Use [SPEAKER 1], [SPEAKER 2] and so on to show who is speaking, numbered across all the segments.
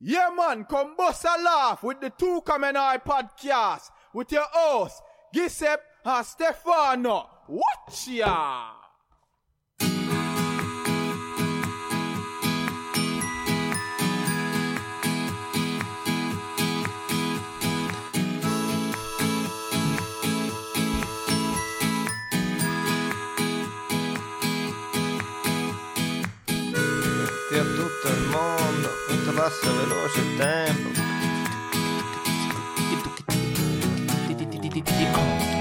[SPEAKER 1] Yeah, man, come bust a laugh with the Two Common Eye podcast with your hosts, Gisep and Stefano. Watch ya!
[SPEAKER 2] davanti a tutto il mondo, quanto passa veloce il tempo.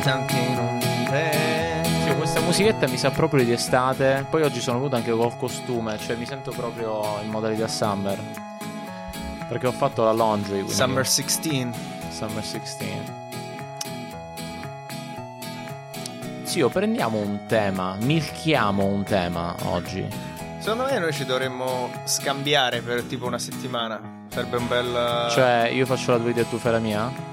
[SPEAKER 2] Tanti non te.
[SPEAKER 3] Cioè, questa musichetta mi sa proprio di estate. Poi oggi sono venuto anche col costume, cioè mi sento proprio in modalità summer. Perché ho fatto la laundry. Quindi
[SPEAKER 2] Summer 16.
[SPEAKER 3] Summer 16. Zio, prendiamo un tema, milchiamo un tema oggi.
[SPEAKER 2] Eh. Secondo me noi ci dovremmo scambiare per tipo una settimana. Sarebbe un bel.
[SPEAKER 3] Cioè, io faccio la tua idea e tu fai la mia?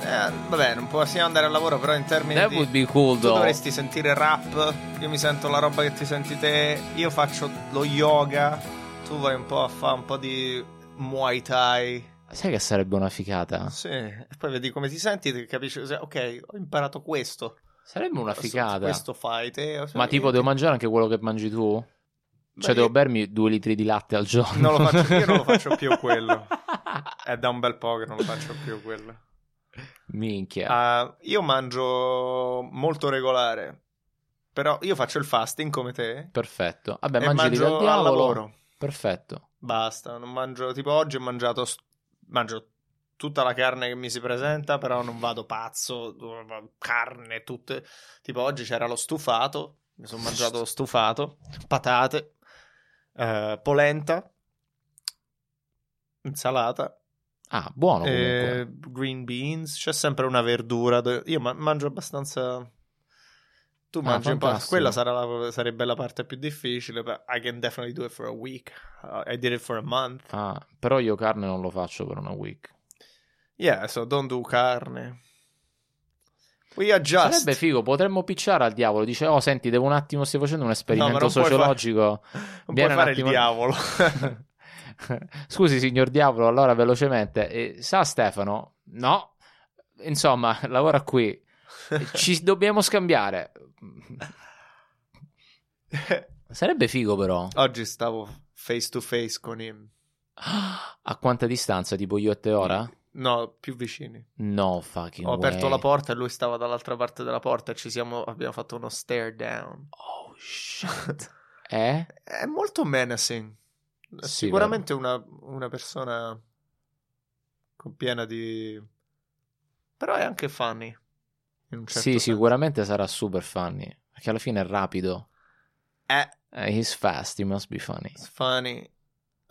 [SPEAKER 2] Eh, vabbè, non possiamo andare al lavoro, però in termini
[SPEAKER 3] That
[SPEAKER 2] di.
[SPEAKER 3] would be cool
[SPEAKER 2] Tu
[SPEAKER 3] though.
[SPEAKER 2] dovresti sentire rap, io mi sento la roba che ti senti te, io faccio lo yoga, tu vai un po' a fare un po' di muay thai.
[SPEAKER 3] Sai che sarebbe una ficata?
[SPEAKER 2] Sì, e poi vedi come ti senti, ti capisci, se- ok, ho imparato questo.
[SPEAKER 3] Sarebbe una
[SPEAKER 2] Questo-
[SPEAKER 3] ficata.
[SPEAKER 2] Questo eh, fai te.
[SPEAKER 3] Ma tipo, devo mangiare anche quello che mangi tu? Cioè,
[SPEAKER 2] Beh,
[SPEAKER 3] devo
[SPEAKER 2] io-
[SPEAKER 3] bermi due litri di latte al giorno.
[SPEAKER 2] Non lo faccio- io non lo faccio più quello. È Eh, da un bel po' che non lo faccio più quello.
[SPEAKER 3] Minchia.
[SPEAKER 2] Ah, io mangio molto regolare, però io faccio il fasting come te
[SPEAKER 3] Perfetto. Vabbè,
[SPEAKER 2] e
[SPEAKER 3] mangi lì
[SPEAKER 2] mangio
[SPEAKER 3] al
[SPEAKER 2] al
[SPEAKER 3] diavolo.
[SPEAKER 2] lavoro.
[SPEAKER 3] Perfetto.
[SPEAKER 2] Basta, non mangio, tipo oggi ho mangiato, s- mangio tutta la carne che mi si presenta, però non vado pazzo, carne, tutte, tipo oggi c'era lo stufato, mi sono mangiato lo stufato, patate, eh, polenta, insalata,
[SPEAKER 3] Ah, buono comunque.
[SPEAKER 2] eh, green beans, c'è sempre una verdura, do- io ma- mangio abbastanza... Tu
[SPEAKER 3] Ah,
[SPEAKER 2] mangi un po',
[SPEAKER 3] fantastico.
[SPEAKER 2] quella sarà la- sarebbe la parte più difficile, but I can definitely do it for a week, Uh, I did it for a month.
[SPEAKER 3] Ah, però io carne non lo faccio per una week.
[SPEAKER 2] Yeah, so don't do carne. We are just.
[SPEAKER 3] Sarebbe figo, potremmo picciare al diavolo. Dice, oh, senti, devo un attimo, stai facendo un
[SPEAKER 2] No,
[SPEAKER 3] esperimento
[SPEAKER 2] ma non puoi
[SPEAKER 3] sociologico.
[SPEAKER 2] non puoi
[SPEAKER 3] Viene un
[SPEAKER 2] fare
[SPEAKER 3] attimo-
[SPEAKER 2] il diavolo.
[SPEAKER 3] Scusi, signor diavolo, allora velocemente. eh, sa Stefano? No. Insomma, lavora qui. Ci dobbiamo scambiare. Sarebbe figo però.
[SPEAKER 2] Oggi stavo face to face con him.
[SPEAKER 3] A quanta distanza? Tipo io e te ora?
[SPEAKER 2] No, più vicini.
[SPEAKER 3] No, fucking
[SPEAKER 2] Ho aperto
[SPEAKER 3] way.
[SPEAKER 2] la porta e lui stava dall'altra parte della porta e ci siamo... abbiamo fatto uno stare down.
[SPEAKER 3] Oh shit. eh?
[SPEAKER 2] È molto menacing. È
[SPEAKER 3] Sì,
[SPEAKER 2] Sicuramente una, una persona con piena di... Però è anche funny. in un certo
[SPEAKER 3] sì,
[SPEAKER 2] senso.
[SPEAKER 3] sicuramente sarà super funny. Perché alla fine è rapido.
[SPEAKER 2] Eh,
[SPEAKER 3] Eh, he's fast, he must be funny.
[SPEAKER 2] It's funny.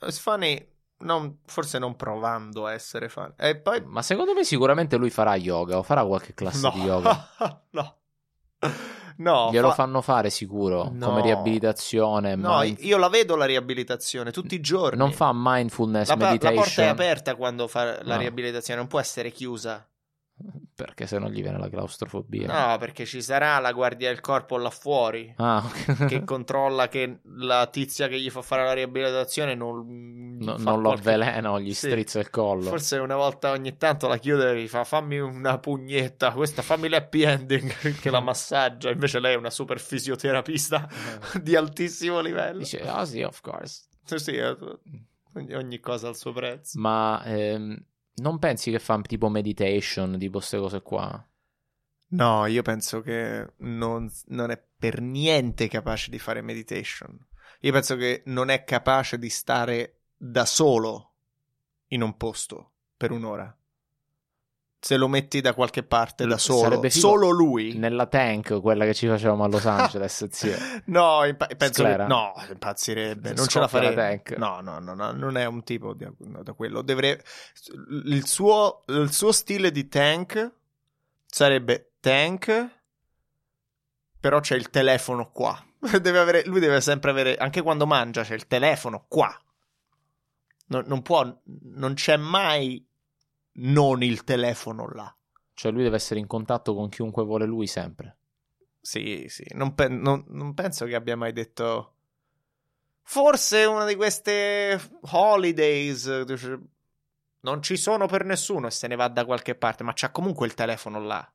[SPEAKER 2] It's funny, non- forse non provando a essere funny. E poi...
[SPEAKER 3] Ma secondo me sicuramente lui farà yoga o farà qualche classe di yoga.
[SPEAKER 2] no. No,
[SPEAKER 3] Glielo
[SPEAKER 2] fa-
[SPEAKER 3] fanno fare sicuro,
[SPEAKER 2] No.
[SPEAKER 3] come riabilitazione.
[SPEAKER 2] no,
[SPEAKER 3] mind-
[SPEAKER 2] io la vedo la riabilitazione tutti i giorni.
[SPEAKER 3] Non fa mindfulness
[SPEAKER 2] la, pa- la
[SPEAKER 3] meditation.
[SPEAKER 2] porta è aperta quando fa la
[SPEAKER 3] No.
[SPEAKER 2] riabilitazione, non può essere chiusa.
[SPEAKER 3] Perché se no gli viene la claustrofobia.
[SPEAKER 2] No, perché ci sarà la guardia del corpo là fuori
[SPEAKER 3] Ah, ok.
[SPEAKER 2] che controlla che la tizia che gli fa fare la riabilitazione non,
[SPEAKER 3] No,
[SPEAKER 2] fa
[SPEAKER 3] non lo
[SPEAKER 2] qualche-
[SPEAKER 3] avvelena o gli
[SPEAKER 2] Sì.
[SPEAKER 3] strizza il collo.
[SPEAKER 2] Forse una volta ogni tanto la chiude e gli fa fammi una pugnetta, questa fammi l'happy ending che la massaggia, invece lei è una super fisioterapista di altissimo livello.
[SPEAKER 3] Dice, ah sì, of course.
[SPEAKER 2] Sì, sì, eh, ogni, ogni cosa al suo prezzo.
[SPEAKER 3] Ma ehm, non pensi che fa tipo meditation, tipo queste cose qua?
[SPEAKER 2] No, io penso che non, non è per niente capace di fare meditation. Io penso che non è capace di stare da solo in un posto per un'ora. Se lo metti da qualche parte da solo,
[SPEAKER 3] Sarebbe figo-
[SPEAKER 2] solo lui.
[SPEAKER 3] Nella tank, quella che ci facevamo a Los Angeles, zio.
[SPEAKER 2] No, impa- penso che,
[SPEAKER 3] Sclera.
[SPEAKER 2] no, impazzirebbe, non ce
[SPEAKER 3] Scoppia
[SPEAKER 2] la
[SPEAKER 3] la
[SPEAKER 2] farebbe.
[SPEAKER 3] tank.
[SPEAKER 2] No, no, no, no, non è un tipo di- no, da quello. Dovre- il, suo, il suo stile di tank sarebbe tank, però c'è il telefono qua. Deve avere- lui deve sempre avere, anche quando mangia, c'è il telefono qua. Non, non può, non c'è mai non il telefono là.
[SPEAKER 3] Cioè lui deve essere in contatto con chiunque vuole lui sempre.
[SPEAKER 2] Sì, sì, non, pe- non- non penso che abbia mai detto Forse una di queste holidays. dice, Non ci sono per nessuno e se ne va da qualche parte, ma c'ha comunque il telefono là.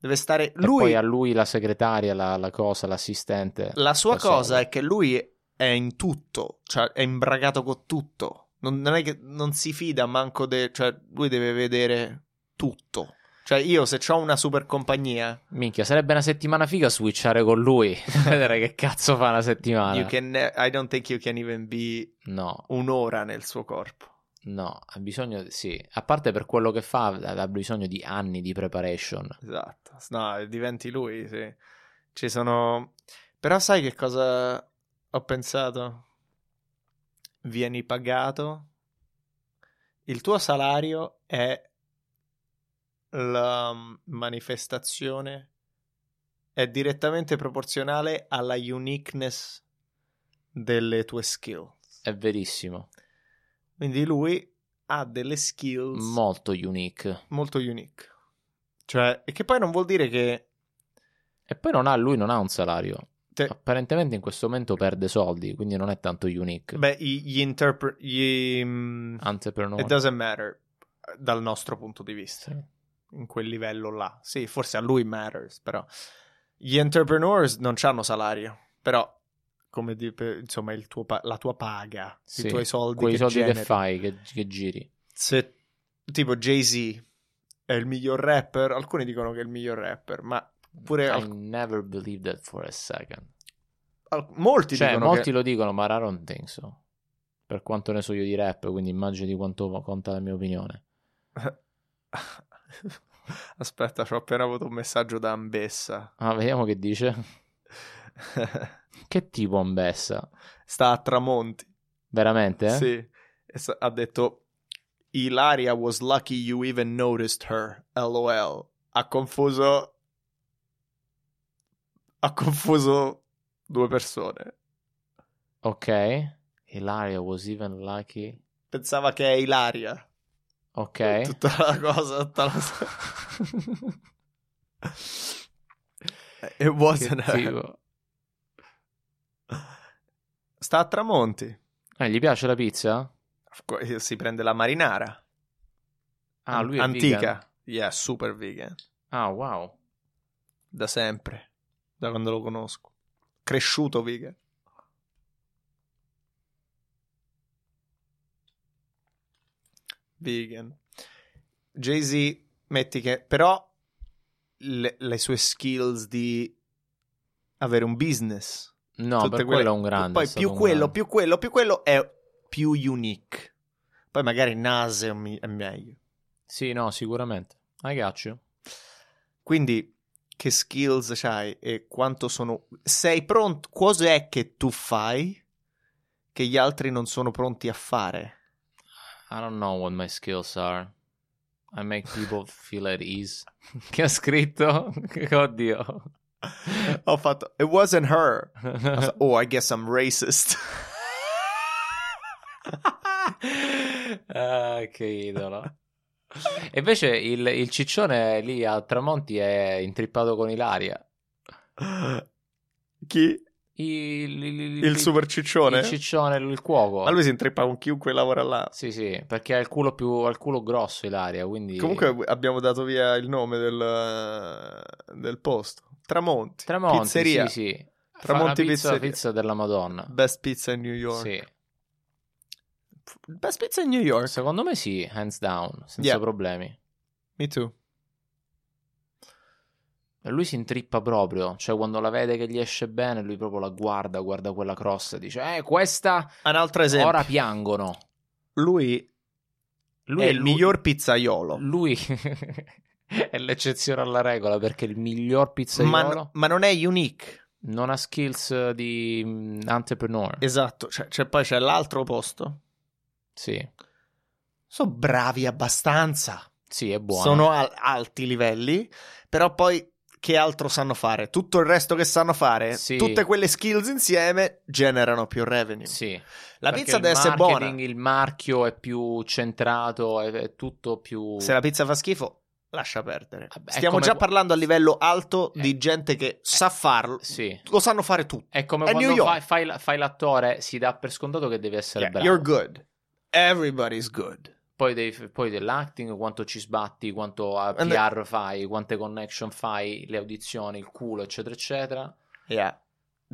[SPEAKER 2] Deve stare
[SPEAKER 3] E
[SPEAKER 2] lui.
[SPEAKER 3] poi a lui la segretaria, la, la cosa, l'assistente.
[SPEAKER 2] La sua
[SPEAKER 3] Persona.
[SPEAKER 2] cosa è che lui è in tutto, cioè è imbragato con tutto. Non, non è che non si fida manco de- cioè lui deve vedere tutto. Cioè io se ho una super compagnia,
[SPEAKER 3] Minchia, sarebbe una settimana figa switchare con lui. Vedere che cazzo fa una settimana.
[SPEAKER 2] you can- I don't think you can even be
[SPEAKER 3] No,
[SPEAKER 2] un'ora nel suo corpo.
[SPEAKER 3] no, ha bisogno, sì. A parte per quello che fa, ha bisogno di anni di preparation.
[SPEAKER 2] Esatto. No, diventi lui, sì. Ci sono Però sai che cosa ho pensato? Vieni pagato il tuo salario è la mm, manifestazione è direttamente proporzionale alla uniqueness delle tue skill.
[SPEAKER 3] È verissimo.
[SPEAKER 2] Quindi lui ha delle skills
[SPEAKER 3] Molto unique.
[SPEAKER 2] molto unique. Cioè, e che poi non vuol dire che
[SPEAKER 3] E poi non ha, lui non ha un salario.
[SPEAKER 2] te-
[SPEAKER 3] Apparentemente in questo momento perde soldi, quindi non è tanto unique.
[SPEAKER 2] Beh, i- gli interpret. Gli... mm,
[SPEAKER 3] Entrepreneur.
[SPEAKER 2] It doesn't matter eh, dal nostro punto di vista,
[SPEAKER 3] Sì.
[SPEAKER 2] in quel livello là. Sì, forse a lui matters, però. Gli entrepreneurs non hanno salario, però, come di- per- insomma, il tuo pa- la tua paga,
[SPEAKER 3] Sì,
[SPEAKER 2] i tuoi soldi,
[SPEAKER 3] Quei
[SPEAKER 2] che,
[SPEAKER 3] soldi
[SPEAKER 2] generi.
[SPEAKER 3] che fai, che, che giri.
[SPEAKER 2] Se tipo Jay-Z è il miglior rapper, alcuni dicono che è il miglior rapper, ma pure
[SPEAKER 3] I
[SPEAKER 2] al-
[SPEAKER 3] never believed that for a second.
[SPEAKER 2] al- molti
[SPEAKER 3] cioè,
[SPEAKER 2] dicono
[SPEAKER 3] molti
[SPEAKER 2] che...
[SPEAKER 3] lo dicono, ma I don't think so. Per quanto ne so io di rap, quindi immagino di quanto conta la mia opinione.
[SPEAKER 2] Aspetta, ho appena avuto un messaggio da Ambessa.
[SPEAKER 3] Ah, vediamo che dice. Che tipo ambessa?
[SPEAKER 2] Sta a Tramonti.
[SPEAKER 3] Veramente? eh?
[SPEAKER 2] Sì. E s- ha detto Ilaria was lucky you even noticed her. LOL. Ha confuso ha confuso due persone.
[SPEAKER 3] Ok. Ilaria was even lucky.
[SPEAKER 2] Pensava che è Ilaria.
[SPEAKER 3] Ok.
[SPEAKER 2] Tutta la cosa, tutta la It wasn't
[SPEAKER 3] Che
[SPEAKER 2] her.
[SPEAKER 3] tipo.
[SPEAKER 2] Sta a Tramonti.
[SPEAKER 3] Eh, gli piace la pizza?
[SPEAKER 2] Of course, Si prende la marinara.
[SPEAKER 3] Ah, lui è
[SPEAKER 2] Antica.
[SPEAKER 3] vegan.
[SPEAKER 2] Yeah, super vegan.
[SPEAKER 3] Ah, wow.
[SPEAKER 2] Da sempre. Da quando lo conosco. Cresciuto vegan. Vegan. Jay-Z, metti che... Però le, le sue skills di avere un business.
[SPEAKER 3] No,
[SPEAKER 2] Tutte
[SPEAKER 3] per
[SPEAKER 2] quelle-
[SPEAKER 3] quello è un grande. è
[SPEAKER 2] Poi
[SPEAKER 3] stato
[SPEAKER 2] più
[SPEAKER 3] un
[SPEAKER 2] quello,
[SPEAKER 3] grande.
[SPEAKER 2] più quello, più quello è più unique. Poi magari Nas è, mi- è meglio.
[SPEAKER 3] Sì, no, sicuramente. I got you.
[SPEAKER 2] Quindi che skills hai e quanto sono... Sei pronto? Cos'è che tu fai che gli altri non sono pronti a fare?
[SPEAKER 3] I don't know what my skills are. I make people feel at ease. Che ha scritto? Oddio.
[SPEAKER 2] Ho fatto... It wasn't her. Oh, I guess I'm racist.
[SPEAKER 3] ah, che idolo. E invece il, il ciccione lì a Tramonti è intrippato con Ilaria.
[SPEAKER 2] Chi?
[SPEAKER 3] Il, il, il-
[SPEAKER 2] Il super ciccione?
[SPEAKER 3] Il ciccione, il cuoco.
[SPEAKER 2] Ma lui si intrippa con chiunque lavora là.
[SPEAKER 3] Sì, sì, perché ha il culo, più, ha il culo grosso Ilaria, quindi...
[SPEAKER 2] Comunque abbiamo dato via il nome del, del posto. Tramonti.
[SPEAKER 3] Tramonti,
[SPEAKER 2] pizzeria.
[SPEAKER 3] sì, sì. Fa
[SPEAKER 2] Tramonti
[SPEAKER 3] una pizza,
[SPEAKER 2] Pizzeria.
[SPEAKER 3] pizza della Madonna.
[SPEAKER 2] Best pizza in New York.
[SPEAKER 3] Sì.
[SPEAKER 2] Best pizza in New York.
[SPEAKER 3] Secondo me sì, hands down, senza
[SPEAKER 2] Yeah.
[SPEAKER 3] problemi.
[SPEAKER 2] Me too.
[SPEAKER 3] E Lui si intrippa proprio, cioè quando la vede che gli esce bene, lui proprio la guarda, guarda quella crosta e dice, eh, questa
[SPEAKER 2] Un altro esempio.
[SPEAKER 3] ora piangono.
[SPEAKER 2] lui,
[SPEAKER 3] Lui
[SPEAKER 2] è
[SPEAKER 3] è
[SPEAKER 2] il
[SPEAKER 3] lui- Mm.
[SPEAKER 2] miglior pizzaiolo.
[SPEAKER 3] Lui è l'eccezione alla regola perché è il miglior
[SPEAKER 2] ma,
[SPEAKER 3] pizzaiolo
[SPEAKER 2] ma non è unique.
[SPEAKER 3] non ha skills di mm, entrepreneur.
[SPEAKER 2] Esatto. Cioè, cioè, poi c'è l'altro posto.
[SPEAKER 3] sì,
[SPEAKER 2] Sono bravi abbastanza.
[SPEAKER 3] sì, è buono.
[SPEAKER 2] Sono al- alti livelli. Però poi che altro sanno fare? Tutto il resto che sanno fare,
[SPEAKER 3] Sì.
[SPEAKER 2] tutte quelle skills insieme generano più revenue.
[SPEAKER 3] Sì.
[SPEAKER 2] La
[SPEAKER 3] Perché
[SPEAKER 2] pizza
[SPEAKER 3] il
[SPEAKER 2] deve essere buona.
[SPEAKER 3] marketing, Il marchio è più centrato, è, è tutto più...
[SPEAKER 2] Se la pizza fa schifo, Lascia perdere.
[SPEAKER 3] Vabbè, è
[SPEAKER 2] Stiamo
[SPEAKER 3] come-
[SPEAKER 2] già parlando a livello alto
[SPEAKER 3] Eh.
[SPEAKER 2] di gente che sa farlo.
[SPEAKER 3] Sì.
[SPEAKER 2] Lo sanno fare tutti.
[SPEAKER 3] È come
[SPEAKER 2] È New
[SPEAKER 3] quando
[SPEAKER 2] York.
[SPEAKER 3] fai, fai la- fai l'attore, si dà per scontato che devi essere
[SPEAKER 2] Yeah,
[SPEAKER 3] bravo.
[SPEAKER 2] you're good. Everybody's good.
[SPEAKER 3] Poi, devi- poi dell'acting, quanto ci sbatti, quanto ah,
[SPEAKER 2] And the-
[SPEAKER 3] PR fai, quante connection fai, le audizioni, il culo, eccetera, eccetera.
[SPEAKER 2] Yeah.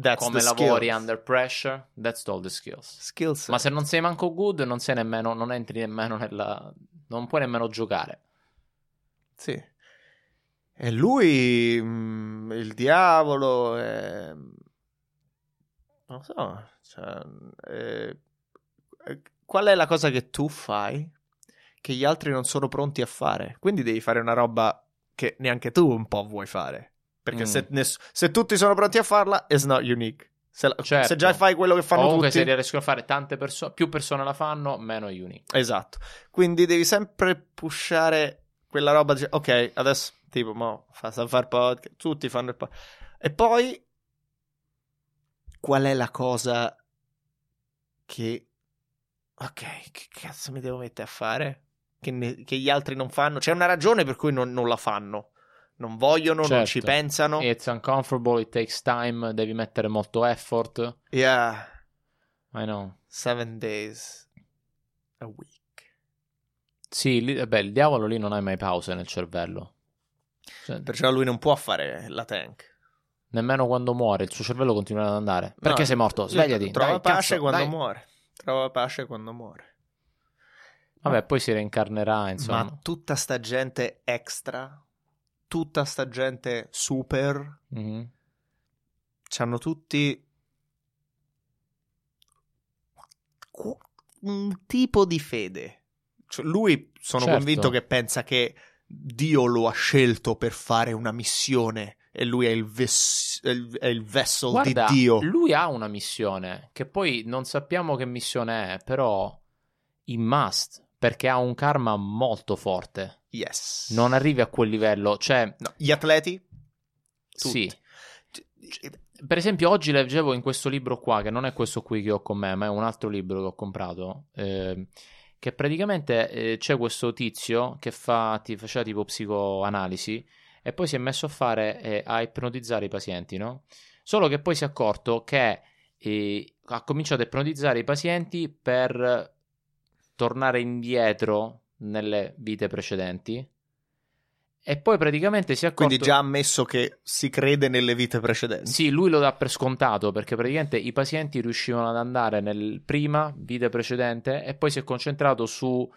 [SPEAKER 2] That's
[SPEAKER 3] come
[SPEAKER 2] the
[SPEAKER 3] lavori
[SPEAKER 2] skills.
[SPEAKER 3] under pressure, that's all the skills.
[SPEAKER 2] Skill set.
[SPEAKER 3] Ma se non sei manco good, non sei nemmeno, non entri nemmeno nella... non puoi nemmeno giocare.
[SPEAKER 2] Sì. E lui, mm, il diavolo, è- mm, non lo so, cioè, è- è- qual è la cosa che tu fai che gli altri non sono pronti a fare? Quindi devi fare una roba che neanche tu un po' vuoi fare. Perché
[SPEAKER 3] Mm.
[SPEAKER 2] se, ness- se tutti sono pronti a farla, it's not unique. Se, la-
[SPEAKER 3] Certo.
[SPEAKER 2] se già fai quello che fanno
[SPEAKER 3] Comunque
[SPEAKER 2] tutti...
[SPEAKER 3] se riescono a fare tante persone, più persone la fanno, meno è unique.
[SPEAKER 2] Esatto. Quindi devi sempre pushare quella roba. dice, ok, adesso tipo, mo, fa sa far podcast. Tutti fanno il podcast. E poi, qual è la cosa che. Ok, che cazzo mi devo mettere a fare? Che, ne- che gli altri non fanno? C'è una ragione per cui non, non la fanno. Non vogliono, non
[SPEAKER 3] Certo.
[SPEAKER 2] ci pensano.
[SPEAKER 3] It's uncomfortable, it takes time, devi mettere molto effort.
[SPEAKER 2] Yeah,
[SPEAKER 3] I know.
[SPEAKER 2] seven days a week.
[SPEAKER 3] Sì, lì- eh beh, il diavolo lì non hai mai pause nel cervello. Cioè,
[SPEAKER 2] Perciò lui non può fare la tank.
[SPEAKER 3] Nemmeno quando muore, il suo cervello continua ad andare. Perché
[SPEAKER 2] No,
[SPEAKER 3] sei morto?
[SPEAKER 2] sì,
[SPEAKER 3] Svegliati.
[SPEAKER 2] Trova
[SPEAKER 3] dai,
[SPEAKER 2] pace
[SPEAKER 3] cazzo,
[SPEAKER 2] quando
[SPEAKER 3] dai.
[SPEAKER 2] muore. Trova pace quando muore.
[SPEAKER 3] Vabbè, poi si reincarnerà, insomma.
[SPEAKER 2] Ma tutta sta gente extra, tutta sta gente super,
[SPEAKER 3] Mhm.
[SPEAKER 2] c'hanno tutti qu- un tipo di fede. Cioè, lui sono
[SPEAKER 3] Certo.
[SPEAKER 2] convinto che pensa che Dio lo ha scelto per fare una missione e lui è il, ves- è il- è il vessel
[SPEAKER 3] Guarda,
[SPEAKER 2] di Dio.
[SPEAKER 3] lui ha una missione, che poi non sappiamo che missione è, però in must, perché ha un karma molto forte.
[SPEAKER 2] Yes.
[SPEAKER 3] Non arrivi a quel livello, cioè...
[SPEAKER 2] No, Gli atleti? Tutti. Cioè, eh,
[SPEAKER 3] Sì, Cioè, per esempio oggi leggevo in questo libro qua, che non è questo qui che ho con me, ma è un altro libro che ho comprato, ehm, che praticamente eh, c'è questo tizio che fa, ti faceva tipo psicoanalisi e poi si è messo a fare, eh, a ipnotizzare i pazienti, no? Solo che poi si è accorto che eh, ha cominciato a ipnotizzare i pazienti per tornare indietro nelle vite precedenti e poi praticamente si è accorto...
[SPEAKER 2] Quindi già ammesso che si crede nelle vite precedenti.
[SPEAKER 3] Sì, lui lo dà per scontato perché praticamente i pazienti riuscivano ad andare nel prima vita precedente e poi si è concentrato su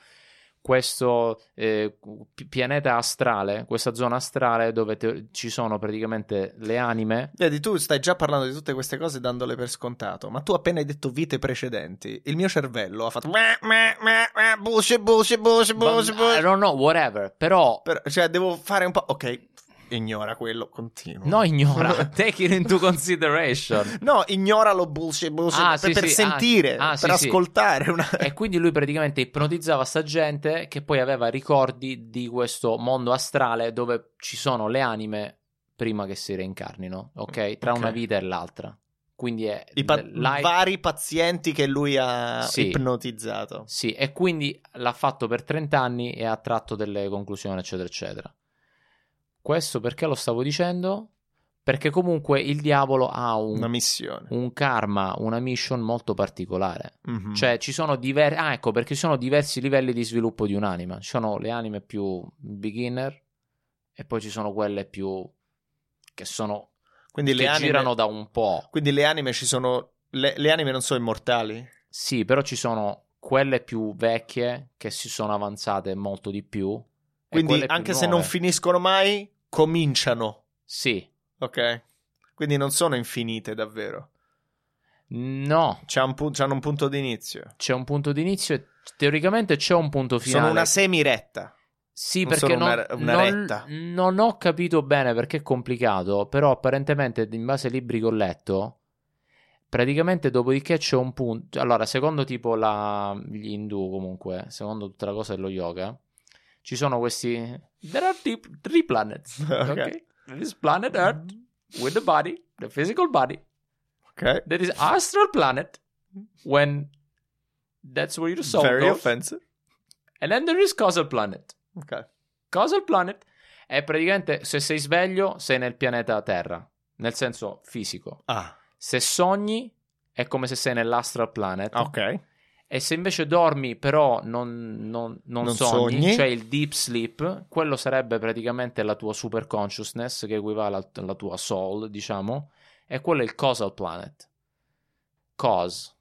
[SPEAKER 3] questo eh, pi- pianeta astrale, questa zona astrale dove te- ci sono praticamente le anime.
[SPEAKER 2] Vedi, tu stai già parlando di tutte queste cose dandole per scontato, ma tu appena hai detto vite precedenti, il mio cervello ha fatto... meh, meh, meh, meh, Buce, buce, buce, buce,
[SPEAKER 3] I
[SPEAKER 2] buce.
[SPEAKER 3] don't know, whatever, però
[SPEAKER 2] Però, cioè, devo fare un po'... Ok, ignora quello, continua.
[SPEAKER 3] no ignora, take it into consideration.
[SPEAKER 2] No, ignoralo, buce, buce,
[SPEAKER 3] Ah,
[SPEAKER 2] per,
[SPEAKER 3] sì,
[SPEAKER 2] per
[SPEAKER 3] sì,
[SPEAKER 2] sentire,
[SPEAKER 3] ah, ah,
[SPEAKER 2] per
[SPEAKER 3] sì, sì.
[SPEAKER 2] ascoltare. Una...
[SPEAKER 3] E quindi lui praticamente ipnotizzava sta gente che poi aveva ricordi di questo mondo astrale dove ci sono le anime prima che si reincarnino, ok? Tra
[SPEAKER 2] Ok.
[SPEAKER 3] una vita e l'altra. Quindi è
[SPEAKER 2] I pa-
[SPEAKER 3] life-
[SPEAKER 2] vari pazienti che lui ha
[SPEAKER 3] Sì.
[SPEAKER 2] ipnotizzato.
[SPEAKER 3] Sì, e quindi l'ha fatto per 30 anni e ha tratto delle conclusioni, eccetera, eccetera. Questo perché lo stavo dicendo? Perché comunque il diavolo ha
[SPEAKER 2] Una
[SPEAKER 3] un,
[SPEAKER 2] missione.
[SPEAKER 3] un karma, una mission molto particolare.
[SPEAKER 2] Mhm.
[SPEAKER 3] Cioè, ci sono diversi. Ah, ecco perché ci sono diversi livelli di sviluppo di un'anima. Ci sono le anime più beginner, e poi ci sono quelle più. che sono.
[SPEAKER 2] Quindi le
[SPEAKER 3] che
[SPEAKER 2] anime...
[SPEAKER 3] girano da un po'.
[SPEAKER 2] Quindi le anime ci sono. Le, le anime non sono immortali?
[SPEAKER 3] Sì, però ci sono quelle più vecchie che si sono avanzate molto di più. e
[SPEAKER 2] Quindi
[SPEAKER 3] quelle più
[SPEAKER 2] anche se
[SPEAKER 3] nuove.
[SPEAKER 2] non finiscono mai, cominciano.
[SPEAKER 3] Sì,
[SPEAKER 2] Ok? Quindi non sono infinite davvero.
[SPEAKER 3] no,
[SPEAKER 2] C'è un pu- c'hanno un punto di inizio.
[SPEAKER 3] c'è un punto di inizio e teoricamente c'è un punto finale.
[SPEAKER 2] Sono una semiretta.
[SPEAKER 3] Sì,
[SPEAKER 2] Non
[SPEAKER 3] perché
[SPEAKER 2] sono
[SPEAKER 3] non,
[SPEAKER 2] una- una
[SPEAKER 3] non-
[SPEAKER 2] retta.
[SPEAKER 3] non ho capito bene perché è complicato, però apparentemente in base ai libri che ho letto, praticamente dopodiché c'è un punto... Allora, secondo tipo la, gli Hindu comunque, secondo tutta la cosa dello yoga, ci sono questi... There are three, three planets,
[SPEAKER 2] Ok.
[SPEAKER 3] ok? There is planet Earth, with the body, the physical body.
[SPEAKER 2] Ok?
[SPEAKER 3] There is astral planet, when that's where your soul
[SPEAKER 2] Very
[SPEAKER 3] goes.
[SPEAKER 2] offensive.
[SPEAKER 3] And then there is causal planet.
[SPEAKER 2] Ok.
[SPEAKER 3] causal planet È praticamente se sei sveglio sei nel pianeta Terra, nel senso fisico.
[SPEAKER 2] Ah,
[SPEAKER 3] Se sogni è come se sei nell'astral planet.
[SPEAKER 2] ok.
[SPEAKER 3] E se invece dormi però non, non- non
[SPEAKER 2] Non
[SPEAKER 3] sogni,
[SPEAKER 2] sogni.
[SPEAKER 3] cioè il deep sleep, quello sarebbe praticamente la tua super consciousness che equivale al- alla tua soul, diciamo, e quello è il causal planet. Cause.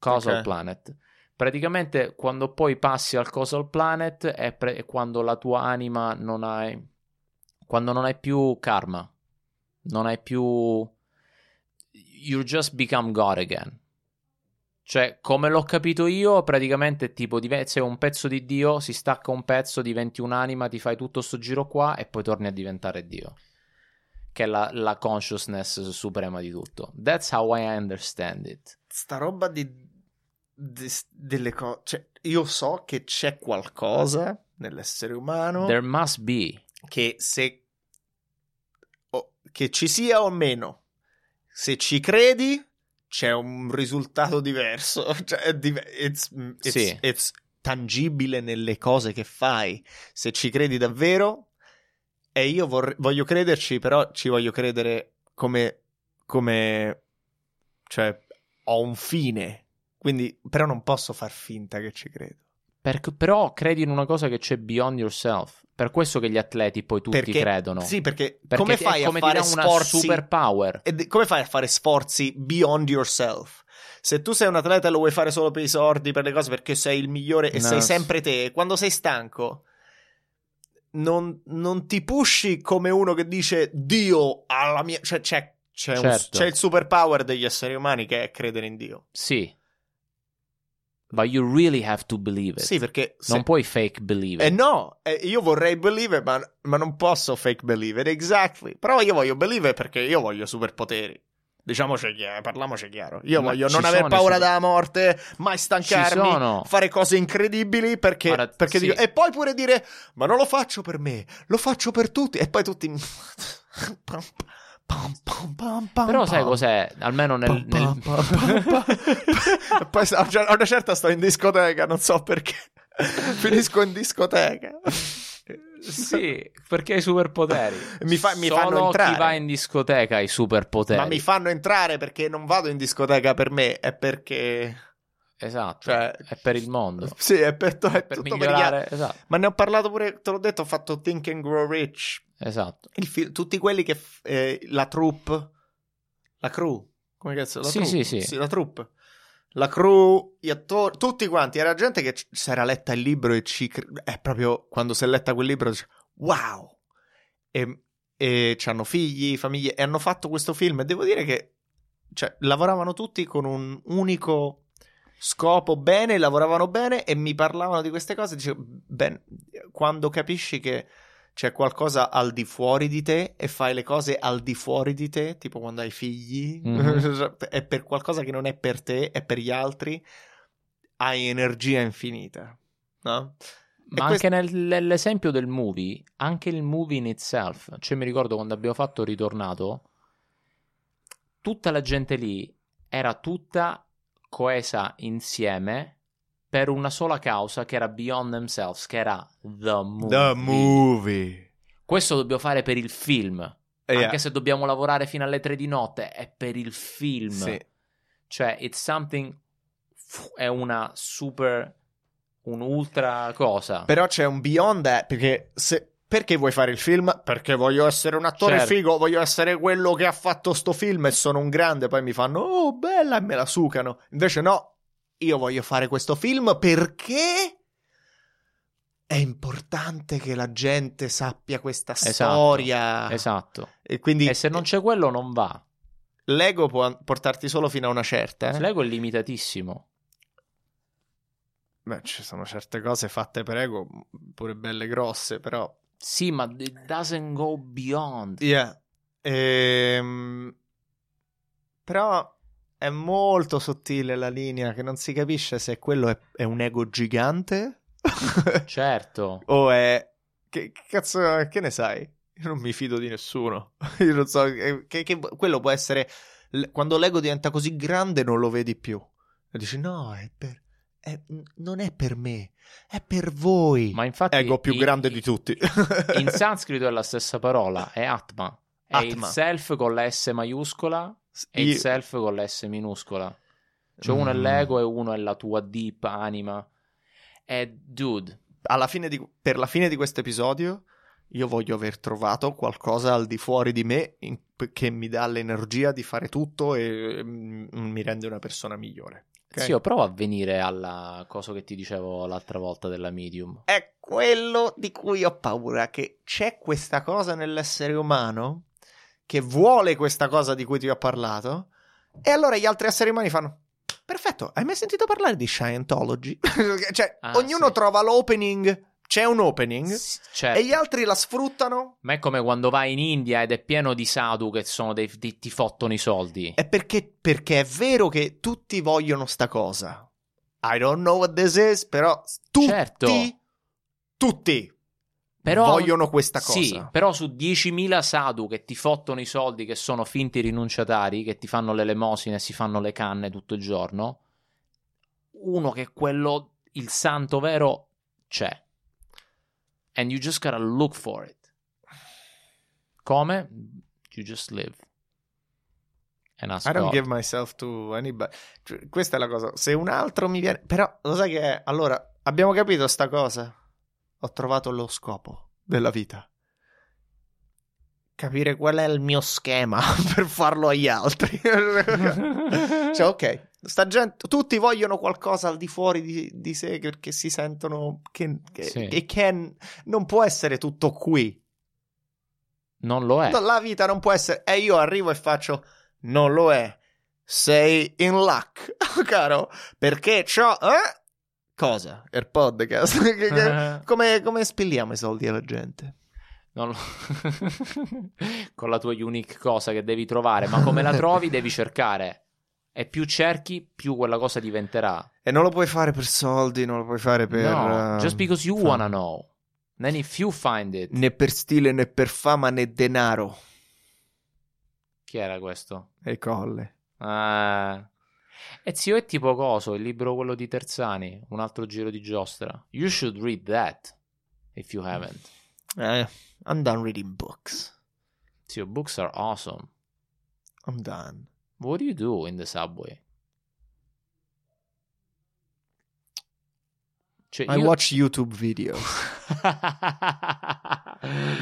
[SPEAKER 3] Causal
[SPEAKER 2] Ok.
[SPEAKER 3] planet. Praticamente quando poi passi al causal planet è, pre- è quando la tua anima non hai... quando non hai più karma, non hai più... you just become God again. Cioè, come l'ho capito io, praticamente tipo dive- sei un pezzo di Dio, si stacca un pezzo, diventi un'anima, ti fai tutto sto giro qua e poi torni a diventare Dio. Che è la, la consciousness suprema di tutto. That's how I understand it.
[SPEAKER 2] Sta roba di, di- delle cose. Cioè, io so che c'è qualcosa nell'essere umano
[SPEAKER 3] There must be.
[SPEAKER 2] che se o- che ci sia o meno, se ci credi, c'è un risultato diverso. Cioè, è div- it's- it's-
[SPEAKER 3] Sì.
[SPEAKER 2] it's tangibile nelle cose che fai. Se ci credi davvero, e io vorr- voglio crederci, però ci voglio credere come, come cioè, ho un fine. Quindi, però non posso far finta che ci credo.
[SPEAKER 3] Perché- però credi in una cosa che c'è beyond yourself. Per questo che gli atleti poi tutti
[SPEAKER 2] Perché-
[SPEAKER 3] credono.
[SPEAKER 2] Sì, perché,
[SPEAKER 3] Perché
[SPEAKER 2] come
[SPEAKER 3] ti-
[SPEAKER 2] fai
[SPEAKER 3] è come
[SPEAKER 2] a fare
[SPEAKER 3] ti dà una
[SPEAKER 2] sforzi
[SPEAKER 3] superpower.
[SPEAKER 2] E d- come fai a fare sforzi beyond yourself? Se tu sei un atleta e lo vuoi fare solo per i sordi, per le cose, perché sei il migliore e
[SPEAKER 3] No,
[SPEAKER 2] sei
[SPEAKER 3] sì.
[SPEAKER 2] sempre te, quando sei stanco, non, non ti pushi come uno che dice Dio alla mia. Cioè, c'è, c'è, un-
[SPEAKER 3] Certo.
[SPEAKER 2] c'è il superpower degli esseri umani che è credere in Dio.
[SPEAKER 3] Sì. But you really have to believe it.
[SPEAKER 2] Sì, perché. se-
[SPEAKER 3] Non puoi fake believe
[SPEAKER 2] Eh
[SPEAKER 3] it.
[SPEAKER 2] no, eh, io vorrei believe, ma, ma non posso fake believe, exactly. Però io voglio believe perché io voglio superpoteri. Diciamoci chiaro, parliamoci chiaro. Io
[SPEAKER 3] Ma
[SPEAKER 2] voglio
[SPEAKER 3] ci
[SPEAKER 2] non aver
[SPEAKER 3] sono i
[SPEAKER 2] paura
[SPEAKER 3] super-
[SPEAKER 2] della morte, mai
[SPEAKER 3] Ci
[SPEAKER 2] stancarmi,
[SPEAKER 3] sono.
[SPEAKER 2] fare cose incredibili perché,
[SPEAKER 3] Guarda,
[SPEAKER 2] perché
[SPEAKER 3] sì.
[SPEAKER 2] dico- e poi pure dire "Ma non lo faccio per me, lo faccio per tutti" e poi tutti Pam, pam, pam, pam, pam,
[SPEAKER 3] Però sai
[SPEAKER 2] pam.
[SPEAKER 3] cos'è? Almeno nel...
[SPEAKER 2] Pam, pam, pam, pam, pam.
[SPEAKER 3] nel...
[SPEAKER 2] Poi a un cer- a una certa sto in discoteca, non so perché. Finisco in discoteca.
[SPEAKER 3] sì, perché i superpoteri.
[SPEAKER 2] Mi fa- mi
[SPEAKER 3] Solo
[SPEAKER 2] fanno entrare.
[SPEAKER 3] chi va in discoteca ha i superpoteri.
[SPEAKER 2] Ma mi fanno entrare perché non vado in discoteca per me, è perché...
[SPEAKER 3] Esatto.
[SPEAKER 2] Cioè-
[SPEAKER 3] È per il mondo.
[SPEAKER 2] Sì, è per, to- è
[SPEAKER 3] Per
[SPEAKER 2] tutto per gli altri.
[SPEAKER 3] migliorare... Esatto.
[SPEAKER 2] Ma ne ho parlato pure, te l'ho detto, ho fatto Think and Grow Rich.
[SPEAKER 3] esatto.
[SPEAKER 2] Il fi- tutti quelli che... f- eh, la troupe... La crew. Come cazzo? La
[SPEAKER 3] Sì,
[SPEAKER 2] troupe.
[SPEAKER 3] sì, sì.
[SPEAKER 2] la troupe. La crew, gli attori, tutti quanti. Era gente che c- si era letta il libro e ci... cre- È proprio quando si è letta quel libro dice, wow! E, e hanno figli, famiglie, e hanno fatto questo film. E devo dire che cioè, lavoravano tutti con un unico scopo bene, lavoravano bene e mi parlavano di queste cose. Dicevo, ben, quando capisci che c'è qualcosa al di fuori di te e fai le cose al di fuori di te, tipo quando hai figli, cioè,
[SPEAKER 3] Mhm.
[SPEAKER 2] è per qualcosa che non è per te, è per gli altri, hai energia infinita, no?
[SPEAKER 3] Ma
[SPEAKER 2] questo-
[SPEAKER 3] anche nel- nell'esempio del movie, anche il movie in itself, cioè mi ricordo quando abbiamo fatto Ritornato, tutta la gente lì era tutta coesa insieme per una sola causa che era beyond themselves, che era the movie.
[SPEAKER 2] movie.
[SPEAKER 3] Questo dobbiamo fare per il film,
[SPEAKER 2] Yeah.
[SPEAKER 3] anche se dobbiamo lavorare fino alle tre di notte, è per il film.
[SPEAKER 2] Sì.
[SPEAKER 3] Cioè, it's something, è una super, un'ultra cosa.
[SPEAKER 2] Però c'è un beyond that, perché se- Perché vuoi fare il film? Perché voglio essere un attore
[SPEAKER 3] Certo.
[SPEAKER 2] figo, voglio essere quello che ha fatto sto film e sono un grande, poi mi fanno "Oh, bella" e me la sucano. Invece no, io voglio fare questo film perché è importante che la gente sappia questa
[SPEAKER 3] Esatto,
[SPEAKER 2] storia.
[SPEAKER 3] Esatto.
[SPEAKER 2] E quindi
[SPEAKER 3] E se non c'è quello non va.
[SPEAKER 2] l'ego può portarti solo fino a una certa. eh?
[SPEAKER 3] Lego è limitatissimo.
[SPEAKER 2] Beh, ci sono certe cose fatte per ego, pure belle grosse, però
[SPEAKER 3] Sì, ma it doesn't go beyond.
[SPEAKER 2] Yeah. Ehm, Però è molto sottile la linea che non si capisce se quello è, è un ego gigante
[SPEAKER 3] Certo.
[SPEAKER 2] o è... Che, che cazzo, che ne sai? Io non mi fido di nessuno. Io non so... eh, Che, che- quello può essere... l- Quando l'ego diventa così grande non lo vedi più. E dici no, è per... è- non è per me, è per voi.
[SPEAKER 3] Ma infatti...
[SPEAKER 2] Ego più
[SPEAKER 3] i-
[SPEAKER 2] grande di tutti.
[SPEAKER 3] In sanscrito è la stessa parola, è Atma. È il
[SPEAKER 2] Atma.
[SPEAKER 3] self con la S maiuscola e
[SPEAKER 2] Io-
[SPEAKER 3] il self con la S minuscola. Cioè uno è
[SPEAKER 2] Mm.
[SPEAKER 3] l'ego e uno è la tua deep anima. E dude,
[SPEAKER 2] alla fine di- per la fine di questo episodio io voglio aver trovato qualcosa al di fuori di me in- che mi dà l'energia di fare tutto e mm, mi rende una persona migliore. Ok?
[SPEAKER 3] zio, prova a venire alla cosa che ti dicevo l'altra volta della medium.
[SPEAKER 2] È quello di cui ho paura, che c'è questa cosa nell'essere umano che vuole questa cosa di cui ti ho parlato e allora gli altri esseri umani fanno Perfetto, hai mai sentito parlare di Scientology? cioè,
[SPEAKER 3] Ah,
[SPEAKER 2] ognuno
[SPEAKER 3] sì.
[SPEAKER 2] trova l'opening, c'è un opening
[SPEAKER 3] S- certo.
[SPEAKER 2] e gli altri la sfruttano
[SPEAKER 3] Ma è come quando vai in India ed è pieno di sadhu che sono dei, ti, ti fottono i soldi.
[SPEAKER 2] È perché, perché è vero che tutti vogliono sta cosa. I don't know what this is, però tutti,
[SPEAKER 3] Certo.
[SPEAKER 2] tutti
[SPEAKER 3] Però,
[SPEAKER 2] vogliono questa cosa.
[SPEAKER 3] Sì, però su 10.000 sadhu che ti fottono i soldi, che sono finti rinunciatari, che ti fanno l'elemosina e si fanno le canne tutto il giorno, uno che è quello, il santo vero, c'è. And you just gotta look for it. Come? You just live. And ask
[SPEAKER 2] I don't
[SPEAKER 3] God.
[SPEAKER 2] give myself to anybody. Cioè, questa è la cosa. Se un altro mi viene... Però lo sai che è? Allora, abbiamo capito sta cosa? Ho trovato lo scopo della vita. Capire qual è il mio schema per farlo agli altri.
[SPEAKER 3] Mm.
[SPEAKER 2] Cioè, ok, sta gente, tutti vogliono qualcosa al di fuori di, di sé perché si sentono che, che-
[SPEAKER 3] Sì.
[SPEAKER 2] e che n- non può essere tutto qui.
[SPEAKER 3] non lo è.
[SPEAKER 2] No, La vita non può essere. E io arrivo e faccio, non lo è. Sei in luck, caro, perché c'ho. eh? Cosa? Il podcast. Che- che- come, come spilliamo i soldi alla gente?
[SPEAKER 3] Non lo- con la tua unique cosa che devi trovare, ma come la trovi devi cercare. E più cerchi, più quella cosa diventerà.
[SPEAKER 2] E non lo puoi fare per soldi, non lo puoi fare per.
[SPEAKER 3] no,
[SPEAKER 2] eh,
[SPEAKER 3] just because you
[SPEAKER 2] fam-
[SPEAKER 3] wanna know. Then if you find it.
[SPEAKER 2] Né per stile, né per fama, né denaro.
[SPEAKER 3] Chi era questo?
[SPEAKER 2] E colle.
[SPEAKER 3] Ah. E zio è tipo coso, il libro quello di Terzani, un altro giro di giostra. You should read that if you haven't.
[SPEAKER 2] Eh, I'm done reading books.
[SPEAKER 3] Zio, books are awesome.
[SPEAKER 2] I'm done.
[SPEAKER 3] What do you do in the subway? Cioè,
[SPEAKER 2] I
[SPEAKER 3] io-
[SPEAKER 2] watch YouTube
[SPEAKER 3] Certo.
[SPEAKER 2] videos.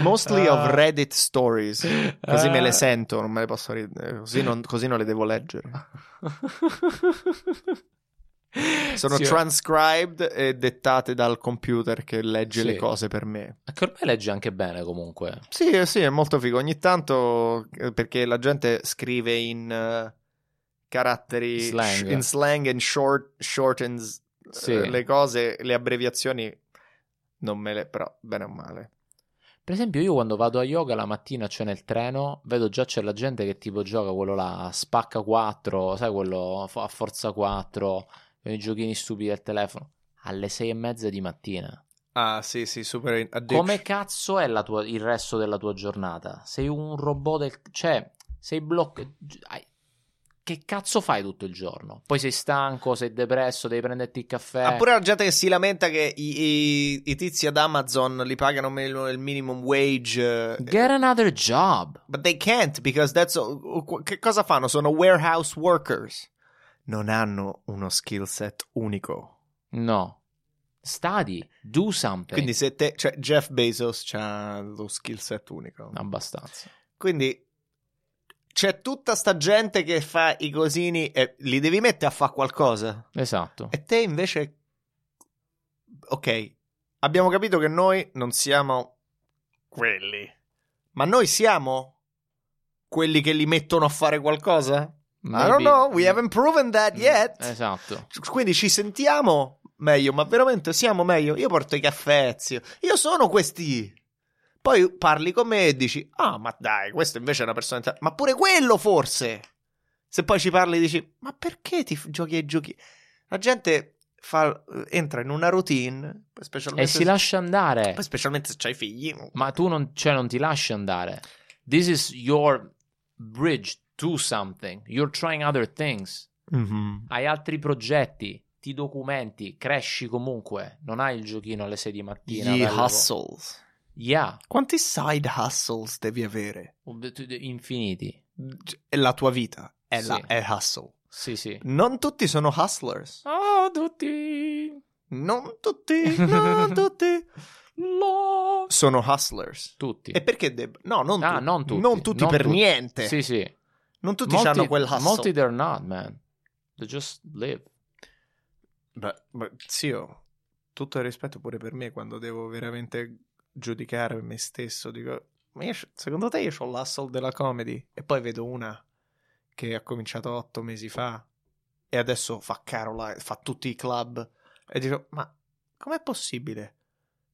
[SPEAKER 2] Mostly
[SPEAKER 3] Ah.
[SPEAKER 2] of Reddit stories. Così me
[SPEAKER 3] Ah.
[SPEAKER 2] le sento, non me le posso ri- eh, così, non, così non le devo leggere. Sono
[SPEAKER 3] Sì,
[SPEAKER 2] transcribed e dettate dal computer che legge
[SPEAKER 3] Sì.
[SPEAKER 2] le cose per me.
[SPEAKER 3] che ormai legge anche bene comunque.
[SPEAKER 2] Sì, eh, sì, è molto figo. Ogni tanto eh, perché la gente scrive in eh, caratteri
[SPEAKER 3] Slang.
[SPEAKER 2] sh- in slang and short shortens eh,
[SPEAKER 3] Sì.
[SPEAKER 2] le cose, le abbreviazioni non me le però bene o male.
[SPEAKER 3] Per esempio, io quando vado a yoga la mattina, cioè nel treno, vedo già c'è la gente che tipo gioca quello là, spacca 4, sai quello fo- a forza 4, con i giochini stupidi al telefono, alle 6 e mezza di mattina.
[SPEAKER 2] Ah, sì, sì, super addiction.
[SPEAKER 3] Come cazzo è la tua- il resto della tua giornata? Sei un robot del... cioè, sei bloccato... Che cazzo fai tutto il giorno? Poi sei stanco, sei depresso, devi prenderti il caffè.
[SPEAKER 2] Ah, pure la gente che si lamenta che i, i- i tizi ad Amazon li pagano meno il minimum wage. eh,
[SPEAKER 3] Get another job!
[SPEAKER 2] But they can't because that's. uh, Che cosa fanno? Sono warehouse workers. Non hanno uno skill set unico.
[SPEAKER 3] No. Study, do something.
[SPEAKER 2] Quindi se te. Cioè, Jeff Bezos ha lo skill set unico.
[SPEAKER 3] Abbastanza.
[SPEAKER 2] Quindi. C'è tutta sta gente che fa i cosini e li devi mettere a fare qualcosa.
[SPEAKER 3] Esatto.
[SPEAKER 2] E te invece. Ok, abbiamo capito che noi non siamo quelli, ma noi siamo quelli che li mettono a fare qualcosa? I don't
[SPEAKER 3] Maybe-
[SPEAKER 2] know, we haven't proven that
[SPEAKER 3] Mm,
[SPEAKER 2] yet.
[SPEAKER 3] Esatto.
[SPEAKER 2] Quindi ci sentiamo meglio, ma veramente siamo meglio. Io porto i caffè, zio. Io sono questi. Poi parli con me e dici: Ah, ma dai, questo invece è una persona. inter- Ma pure quello forse. Se poi ci parli e dici: Ma perché ti f- giochi ai giochi? La gente fa- entra in una routine. poi Specialmente,
[SPEAKER 3] E si lascia andare.
[SPEAKER 2] poi specialmente se c'hai figli.
[SPEAKER 3] Ma tu non, cioè, non ti lasci andare. This is your bridge to something. You're trying other things.
[SPEAKER 2] Mhm.
[SPEAKER 3] Hai altri progetti. Ti ti documenti, cresci comunque, non hai il giochino alle 6 di mattina.
[SPEAKER 2] Gli
[SPEAKER 3] bello.
[SPEAKER 2] hustles.
[SPEAKER 3] Yeah,
[SPEAKER 2] Quanti side hustles devi avere? Cioè,
[SPEAKER 3] infiniti.
[SPEAKER 2] È la tua vita, è,
[SPEAKER 3] Sì.
[SPEAKER 2] la, è hustle.
[SPEAKER 3] Sì, sì.
[SPEAKER 2] Non tutti sono hustlers.
[SPEAKER 3] Oh, tutti.
[SPEAKER 2] Non tutti, non tutti.
[SPEAKER 3] No.
[SPEAKER 2] Sono hustlers.
[SPEAKER 3] Tutti.
[SPEAKER 2] E perché Deb? No, non,
[SPEAKER 3] Ah,
[SPEAKER 2] tu-
[SPEAKER 3] non tutti. Non
[SPEAKER 2] per
[SPEAKER 3] tutti.
[SPEAKER 2] niente.
[SPEAKER 3] Sì, sì.
[SPEAKER 2] Non tutti
[SPEAKER 3] Molti-
[SPEAKER 2] hanno quel hustle.
[SPEAKER 3] Molti they're not, man. They just live.
[SPEAKER 2] Beh, beh, zio, tutto il rispetto pure per me quando devo veramente giudicare me stesso. Dico, ma io c'ho- secondo te io ho l'hustle della comedy? E poi vedo una che ha cominciato otto mesi fa e adesso fa Caroline, fa tutti i club. E dico, ma com'è possibile?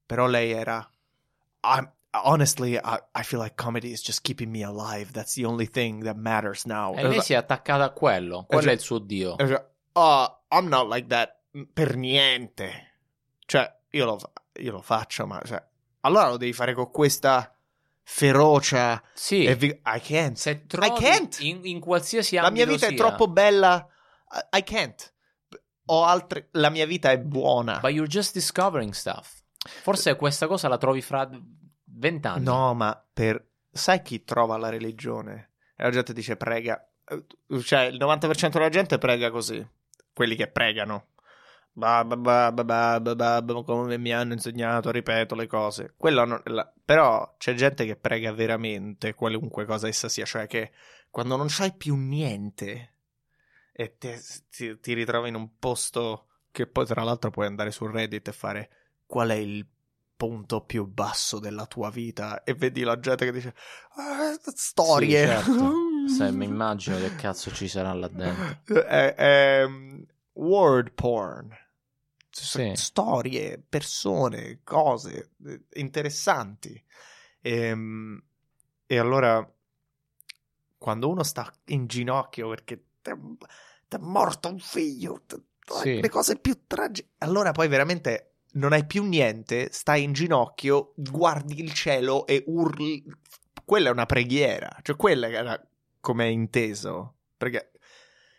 [SPEAKER 2] Però lei era... I'm, honestly, I, I feel like comedy is just keeping me alive. That's the only thing that matters now. Esatto.
[SPEAKER 3] E lei si è attaccata a quello. Quello è il suo dio.
[SPEAKER 2] E cioè, "Ah, I'm not like that mm, per niente. Cioè, io lo, fa- io lo faccio, ma cioè, allora lo devi fare con questa ferocia.
[SPEAKER 3] Sì.
[SPEAKER 2] E vi- I can't.
[SPEAKER 3] Se trovi
[SPEAKER 2] I can't.
[SPEAKER 3] In, in qualsiasi
[SPEAKER 2] la
[SPEAKER 3] ambito
[SPEAKER 2] mia vita è
[SPEAKER 3] sia.
[SPEAKER 2] troppo bella. I- I can't. Ho altre. La mia vita è buona.
[SPEAKER 3] But you're just discovering stuff. Forse questa cosa la trovi fra vent'anni.
[SPEAKER 2] No, ma per... sai chi trova la religione? E la gente dice prega. Eh, Cioè, il 90% della gente prega così. Quelli che pregano. Ba, ba, ba, ba, ba, ba, ba, ba, come mi hanno insegnato, ripeto le cose. Quello non- la- Però c'è gente che prega veramente qualunque cosa essa sia, cioè che quando non c'hai più niente e te- ti, ti ritrovi in un posto che poi tra l'altro puoi andare su Reddit e fare qual è il punto più basso della tua vita e vedi la gente che dice "Ah, storie
[SPEAKER 3] Sì, certo. Se mi immagino che cazzo ci sarà là dentro.
[SPEAKER 2] Eh, ehm, word porn
[SPEAKER 3] Sì.
[SPEAKER 2] storie persone cose eh, interessanti Ehm, e allora quando uno sta in ginocchio perché ti è morto un figlio t'è-
[SPEAKER 3] Sì.
[SPEAKER 2] le cose più tragiche allora poi veramente non hai più niente stai in ginocchio guardi il cielo e urli quella è una preghiera cioè quella era come è inteso perché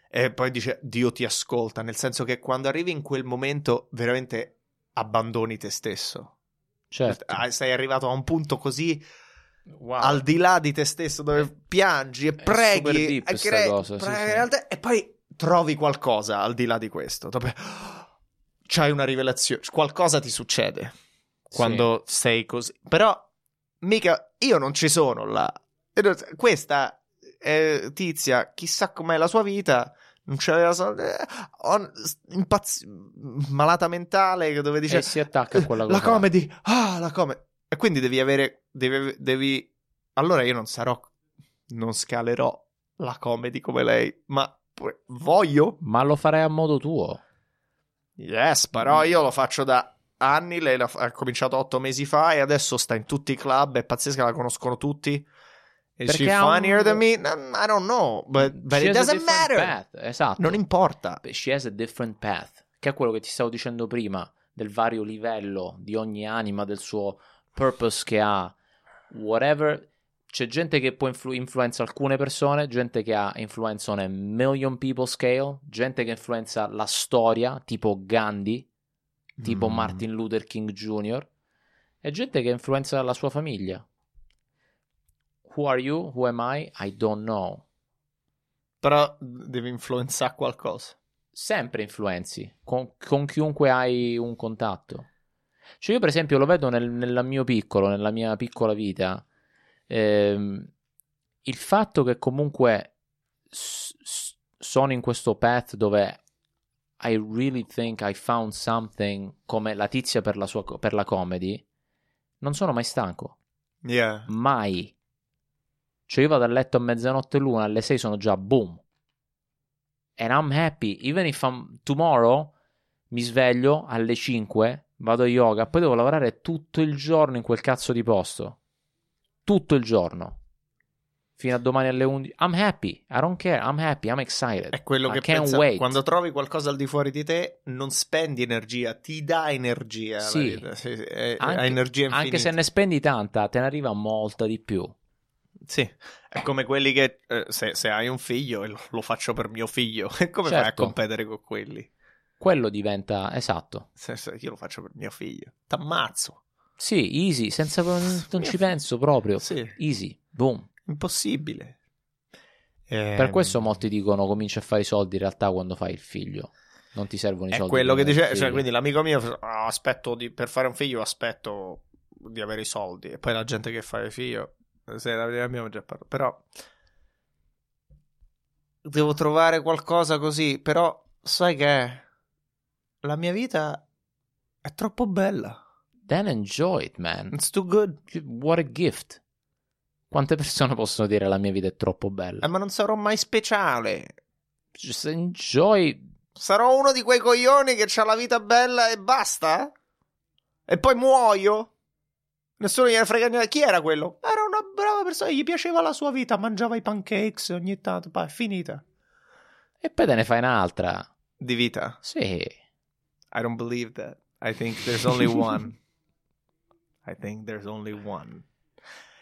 [SPEAKER 2] e poi dice Dio ti ascolta nel senso che quando arrivi in quel momento veramente abbandoni te stesso
[SPEAKER 3] Certo.
[SPEAKER 2] Ah, sei arrivato a un punto così
[SPEAKER 3] Wow. Eh.
[SPEAKER 2] al di là di te stesso dove piangi e
[SPEAKER 3] super
[SPEAKER 2] preghi
[SPEAKER 3] deep
[SPEAKER 2] e
[SPEAKER 3] sta
[SPEAKER 2] cre-
[SPEAKER 3] cosa, sì,
[SPEAKER 2] preghi
[SPEAKER 3] sì.
[SPEAKER 2] in realtà, e poi trovi qualcosa al di là di questo dove c'hai una rivelazione qualcosa ti succede
[SPEAKER 3] Sì.
[SPEAKER 2] quando sei così però mica io non ci sono là E non- questa eh, tizia chissà com'è la sua vita non c'aveva so- eh, on- impazz- malata mentale che dove dice
[SPEAKER 3] e si attacca a quella cosa.
[SPEAKER 2] la comedy, ah, la comedy. E quindi devi avere, devi, devi... Allora io non sarò, non scalerò la comedy come lei, ma pure- voglio.
[SPEAKER 3] Ma lo farei a modo tuo.
[SPEAKER 2] Yes,
[SPEAKER 3] Mm.
[SPEAKER 2] però io lo faccio da anni, lei l'ha- ha cominciato otto mesi fa e adesso sta in tutti i club, è pazzesca, la conoscono tutti. Is
[SPEAKER 3] Perché
[SPEAKER 2] she
[SPEAKER 3] ha un-
[SPEAKER 2] funnier than me? No, I don't know, but, but
[SPEAKER 3] She
[SPEAKER 2] it
[SPEAKER 3] has a
[SPEAKER 2] doesn't
[SPEAKER 3] different
[SPEAKER 2] matter.
[SPEAKER 3] path, Esatto.
[SPEAKER 2] Non importa.
[SPEAKER 3] She has a different path. Che è quello che ti stavo dicendo prima. Del vario livello di ogni anima, del suo purpose che ha. Whatever. C'è gente che può influ- influenza alcune persone, gente che ha influenza on a million people scale, gente che influenza la storia, tipo Gandhi, tipo
[SPEAKER 2] Mm.
[SPEAKER 3] Martin Luther King Jr. E gente che influenza la sua famiglia. Who are you? Who am I? I don't know.
[SPEAKER 2] Però devi influenzare qualcosa.
[SPEAKER 3] sempre influenzi con, con chiunque hai un contatto. Cioè, io, per esempio, lo vedo nel, nella mio piccolo, nella mia piccola vita. ehm, il fatto che comunque s- s- sono in questo path dove I really think I found something come la tizia per la, sua, co- per la comedy, non sono mai stanco.
[SPEAKER 2] Yeah.
[SPEAKER 3] Mai. Cioè, io vado a letto a mezzanotte l'una, alle 6 sono già boom. And I'm happy. Even if I'm tomorrow mi sveglio alle 5, vado a yoga, poi devo lavorare tutto il giorno in quel cazzo di posto. Tutto il giorno. Fino a domani alle 11. I'm happy. I don't care. I'm happy. I'm excited.
[SPEAKER 2] È quello
[SPEAKER 3] I
[SPEAKER 2] che
[SPEAKER 3] can't
[SPEAKER 2] pensa,
[SPEAKER 3] wait.
[SPEAKER 2] quando trovi qualcosa al di fuori di te, non spendi energia, ti dà energia. la
[SPEAKER 3] Sì.
[SPEAKER 2] vita. Sì, sì, è-
[SPEAKER 3] Anche-
[SPEAKER 2] ha energia infinita.
[SPEAKER 3] Anche se ne spendi tanta, te ne arriva molta di più.
[SPEAKER 2] Sì, è come quelli che eh, se, se hai un figlio, e lo, lo faccio per mio figlio, e come fai a
[SPEAKER 3] Certo.
[SPEAKER 2] competere con quelli?
[SPEAKER 3] quello diventa esatto.
[SPEAKER 2] Se- se- Io lo faccio per mio figlio. T'ammazzo.
[SPEAKER 3] Sì, easy, senza non ci penso proprio.
[SPEAKER 2] Sì,
[SPEAKER 3] Easy, boom.
[SPEAKER 2] impossibile. Ehm,
[SPEAKER 3] Per questo molti dicono cominci a fare i soldi in realtà quando fai il figlio. Non ti servono i
[SPEAKER 2] È
[SPEAKER 3] soldi.
[SPEAKER 2] quello che
[SPEAKER 3] quando fai
[SPEAKER 2] dice, cioè,
[SPEAKER 3] il figlio.
[SPEAKER 2] quindi l'amico mio fa, "Ah, aspetto di- per fare un figlio aspetto di avere i soldi e poi la gente che fa il figlio se ne abbiamo già parlato, però devo trovare qualcosa così, però sai che è? la mia vita è troppo bella.
[SPEAKER 3] Then enjoy it, man.
[SPEAKER 2] It's too good.
[SPEAKER 3] What a gift. Quante persone possono dire la mia vita è troppo
[SPEAKER 2] Eh,
[SPEAKER 3] bella?
[SPEAKER 2] ma non sarò mai speciale.
[SPEAKER 3] Just enjoy.
[SPEAKER 2] Sarò uno di quei coglioni che ha la vita bella e basta? E poi muoio? Nessuno gliene frega niente. Chi era quello? Era una brava persona, gli piaceva la sua vita, mangiava i pancakes ogni tanto, poi è finita.
[SPEAKER 3] E poi te ne fai un'altra.
[SPEAKER 2] Di vita.
[SPEAKER 3] Sì.
[SPEAKER 2] I don't believe that. I think there's only one. I think there's only one.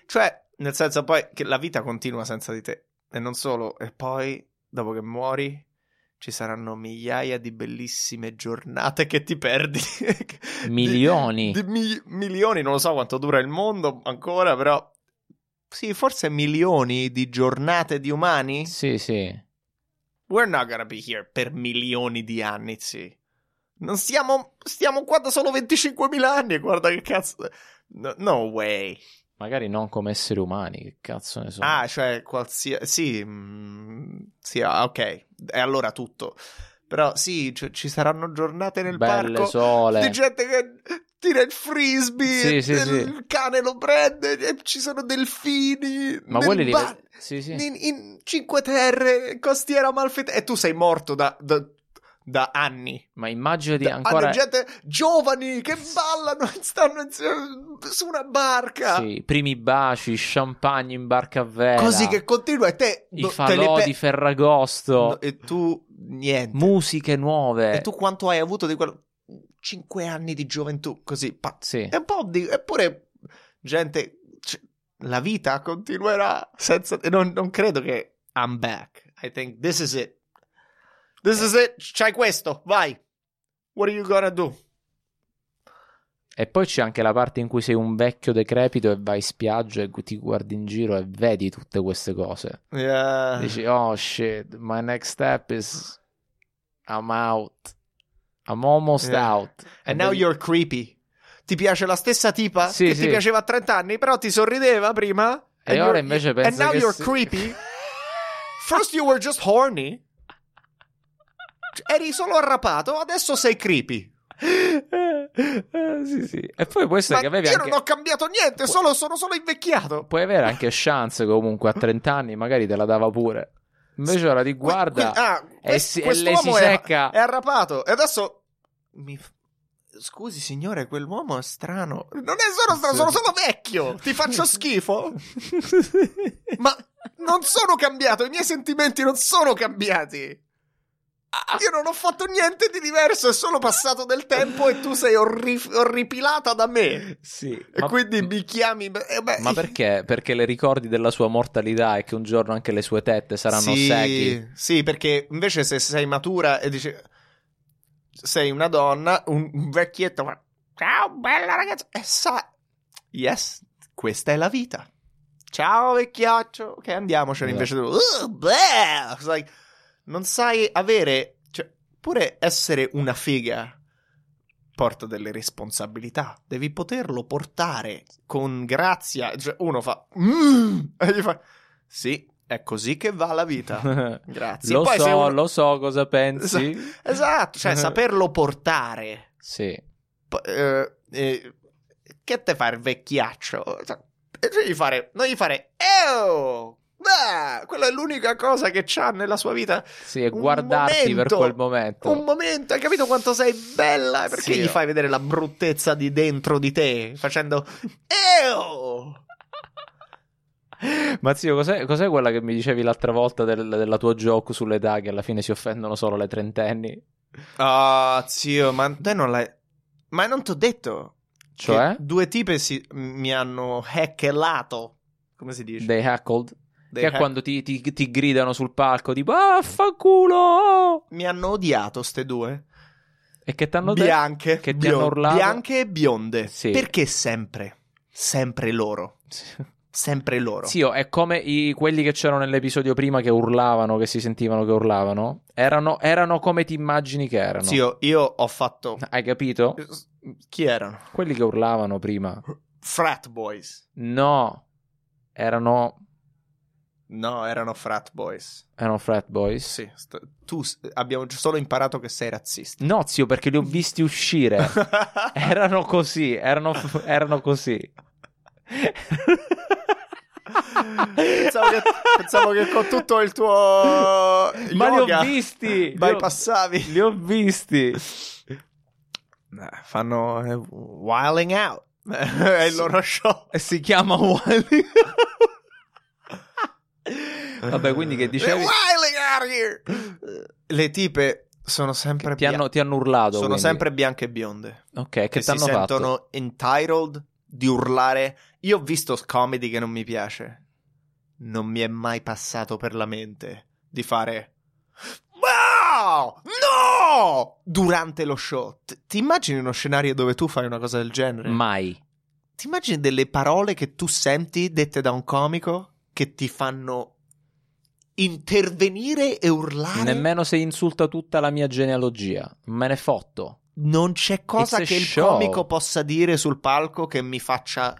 [SPEAKER 2] Cioè, nel senso poi che la vita continua senza di te. E non solo, e poi, dopo che muori, ci saranno migliaia di bellissime giornate che ti perdi. Di-
[SPEAKER 3] Milioni.
[SPEAKER 2] Di, mi- milioni, non lo so quanto dura il mondo ancora, però... Sì, forse milioni di giornate di umani?
[SPEAKER 3] Sì, sì.
[SPEAKER 2] We're not gonna be here per milioni di anni, sì. Non stiamo. Stiamo qua da solo 25.000 anni. Guarda che cazzo. No, no way.
[SPEAKER 3] Magari non come esseri umani, che cazzo ne so.
[SPEAKER 2] Ah, cioè, qualsiasi. Sì. mm, sì, ah, ok. E allora tutto. Però sì, ci- ci saranno giornate nel
[SPEAKER 3] Belle
[SPEAKER 2] parco
[SPEAKER 3] sole.
[SPEAKER 2] di gente che tira il frisbee.
[SPEAKER 3] Sì,
[SPEAKER 2] e
[SPEAKER 3] sì,
[SPEAKER 2] il
[SPEAKER 3] sì.
[SPEAKER 2] cane lo prende. E ci sono delfini.
[SPEAKER 3] Ma
[SPEAKER 2] nel
[SPEAKER 3] quelli li
[SPEAKER 2] ba-
[SPEAKER 3] vedi? Sì, sì.
[SPEAKER 2] in, in Cinque Terre, Costiera Amalfitana. E tu sei morto da, da- da anni.
[SPEAKER 3] Ma immaginati
[SPEAKER 2] Da-
[SPEAKER 3] ancora
[SPEAKER 2] Hanno gente giovani che ballano e stanno insieme su una barca.
[SPEAKER 3] sì, primi baci, champagne in barca a vela.
[SPEAKER 2] Così che continua e te...
[SPEAKER 3] i
[SPEAKER 2] no, te
[SPEAKER 3] falò
[SPEAKER 2] le pe-
[SPEAKER 3] di Ferragosto,
[SPEAKER 2] No, e tu niente.
[SPEAKER 3] musiche nuove.
[SPEAKER 2] E tu quanto hai avuto di quello? Cinque anni di gioventù, così. pa-
[SPEAKER 3] Sì.
[SPEAKER 2] E un po' di... Eppure, gente, c- la vita continuerà senza... e Non, non credo che... I'm back. I think this is it. This is it. C'hai questo. Vai. What are you gonna do?
[SPEAKER 3] E poi c'è anche la parte in cui sei un vecchio decrepito e vai in spiaggia e gu- ti guardi in giro e vedi tutte queste cose.
[SPEAKER 2] Yeah.
[SPEAKER 3] Dici, oh shit, my next step is I'm out. I'm almost
[SPEAKER 2] Yeah.
[SPEAKER 3] out.
[SPEAKER 2] Eh. And now
[SPEAKER 3] vedi-
[SPEAKER 2] you're creepy. Ti piace la stessa tipa
[SPEAKER 3] Sì,
[SPEAKER 2] che
[SPEAKER 3] sì.
[SPEAKER 2] ti piaceva a 30 anni, però ti sorrideva prima.
[SPEAKER 3] E
[SPEAKER 2] And
[SPEAKER 3] ora
[SPEAKER 2] you're-
[SPEAKER 3] invece
[SPEAKER 2] And
[SPEAKER 3] penso
[SPEAKER 2] now
[SPEAKER 3] che
[SPEAKER 2] you're
[SPEAKER 3] si-
[SPEAKER 2] creepy. First you were just horny. Cioè, Eri solo arrapato, adesso sei creepy.
[SPEAKER 3] Eh, sì, sì. E poi può essere
[SPEAKER 2] Ma
[SPEAKER 3] che
[SPEAKER 2] io
[SPEAKER 3] avevi
[SPEAKER 2] non
[SPEAKER 3] anche...
[SPEAKER 2] ho cambiato niente, solo, sono solo invecchiato.
[SPEAKER 3] Puoi avere anche chance comunque a 30 anni, magari te la dava pure. Invece ora ti guarda...
[SPEAKER 2] Qui- qui- ah,
[SPEAKER 3] e si- e
[SPEAKER 2] quest'uomo
[SPEAKER 3] lei si
[SPEAKER 2] è-
[SPEAKER 3] secca.
[SPEAKER 2] È arrapato. E adesso. Mi... f- Scusi, signore, quell'uomo è strano. Non è solo strano, sono solo vecchio. Ti faccio schifo. Ma non sono cambiato. I miei sentimenti non sono cambiati.
[SPEAKER 3] Ah.
[SPEAKER 2] Io non ho fatto niente di diverso. È solo passato del tempo e tu sei orri- orripilata da me.
[SPEAKER 3] Sì,
[SPEAKER 2] E quindi mi chiami. eh, beh,
[SPEAKER 3] Ma perché? Perché le ricordi della sua mortalità e che un giorno anche le sue tette saranno
[SPEAKER 2] sì,
[SPEAKER 3] secchi.
[SPEAKER 2] Sì, perché invece se sei matura e dici sei una donna, un un vecchietto fa ciao bella ragazza e sa yes, questa è la vita. Ciao vecchiaccio, ok andiamocene
[SPEAKER 3] Esatto.
[SPEAKER 2] invece tu "Uh, bleh!" It's like, non sai avere cioè, pure essere una figa porta delle responsabilità, devi poterlo portare con grazia, Cioè, uno fa "Mm", e gli fa sì, è così che va la vita. Grazie.
[SPEAKER 3] lo
[SPEAKER 2] Poi se
[SPEAKER 3] so,
[SPEAKER 2] uno-
[SPEAKER 3] lo so cosa pensi.
[SPEAKER 2] Esatto, cioè saperlo portare.
[SPEAKER 3] Sì.
[SPEAKER 2] P- eh, eh, che te fa il vecchiaccio? Cioè, e tu gli fare, non gli fare, "Eo! Ah, quella è l'unica cosa che c'ha nella sua vita.
[SPEAKER 3] Sì, e
[SPEAKER 2] Un
[SPEAKER 3] guardarti per
[SPEAKER 2] momento,
[SPEAKER 3] quel momento.
[SPEAKER 2] Un momento, hai capito quanto sei bella? Perché
[SPEAKER 3] Sì.
[SPEAKER 2] gli fai vedere la bruttezza di dentro di te? Facendo, "Eo!"
[SPEAKER 3] Ma zio, cos'è, cos'è quella che mi dicevi l'altra volta del- della tua joke sull'età che alla fine si offendono solo le trentenni?
[SPEAKER 2] Ah, zio, ma te non l'hai. Ma non ti ho detto. che
[SPEAKER 3] Cioè?
[SPEAKER 2] Due tipe si- mi hanno hackelato. Come si dice?
[SPEAKER 3] They hackled.
[SPEAKER 2] They
[SPEAKER 3] che
[SPEAKER 2] hack-
[SPEAKER 3] è quando ti, ti- ti gridano sul palco tipo, ah, fa culo!
[SPEAKER 2] Mi hanno odiato, ste due.
[SPEAKER 3] E che ti hanno detto?
[SPEAKER 2] bianche,
[SPEAKER 3] che ti
[SPEAKER 2] bion-
[SPEAKER 3] hanno urlato?
[SPEAKER 2] bianche e bionde.
[SPEAKER 3] Sì.
[SPEAKER 2] Perché sempre? Sempre loro. Sempre loro.
[SPEAKER 3] Sì, oh, è come i- quelli che c'erano nell'episodio prima che urlavano, che si sentivano che urlavano. Erano, erano come ti immagini che erano. Ah.
[SPEAKER 2] Sì, oh. Eh. io, io ho fatto.
[SPEAKER 3] Hai capito?
[SPEAKER 2] Chi erano?
[SPEAKER 3] Quelli che urlavano prima.
[SPEAKER 2] Frat Boys.
[SPEAKER 3] No, erano,
[SPEAKER 2] No, erano Frat Boys.
[SPEAKER 3] erano frat boys.
[SPEAKER 2] Sì, st- tu s- abbiamo gi- solo imparato che sei razzista.
[SPEAKER 3] No, zio, perché li ho visti uscire. Erano così, erano, erano così.
[SPEAKER 2] Pensavo che, pensavo che con tutto il tuo
[SPEAKER 3] Ma li ho
[SPEAKER 2] yoga
[SPEAKER 3] visti, li ho-
[SPEAKER 2] bypassavi.
[SPEAKER 3] Li ho visti.
[SPEAKER 2] Nah, fanno eh, Wilding Out. È il loro show.
[SPEAKER 3] E si chiama Wally. Vabbè, quindi che dicevi?
[SPEAKER 2] They're wilding out here. Le tipe sono sempre
[SPEAKER 3] Ti hanno,
[SPEAKER 2] bian-
[SPEAKER 3] ti hanno urlato.
[SPEAKER 2] sono
[SPEAKER 3] quindi.
[SPEAKER 2] sempre bianche e bionde.
[SPEAKER 3] Ok, che
[SPEAKER 2] Che
[SPEAKER 3] ti
[SPEAKER 2] si
[SPEAKER 3] hanno fatto?
[SPEAKER 2] sentono entitled di urlare. Io ho visto comedy che non mi piace. Non mi è mai passato per la mente di fare. "Wow! No! Durante lo show. T- ti immagini uno scenario dove tu fai una cosa del genere?
[SPEAKER 3] Mai.
[SPEAKER 2] Ti immagini delle parole che tu senti dette da un comico che ti fanno intervenire e urlare?
[SPEAKER 3] Nemmeno se insulta tutta la mia genealogia. Me ne fotto.
[SPEAKER 2] Non c'è cosa
[SPEAKER 3] It's a
[SPEAKER 2] che il
[SPEAKER 3] show.
[SPEAKER 2] comico possa dire sul palco che mi faccia.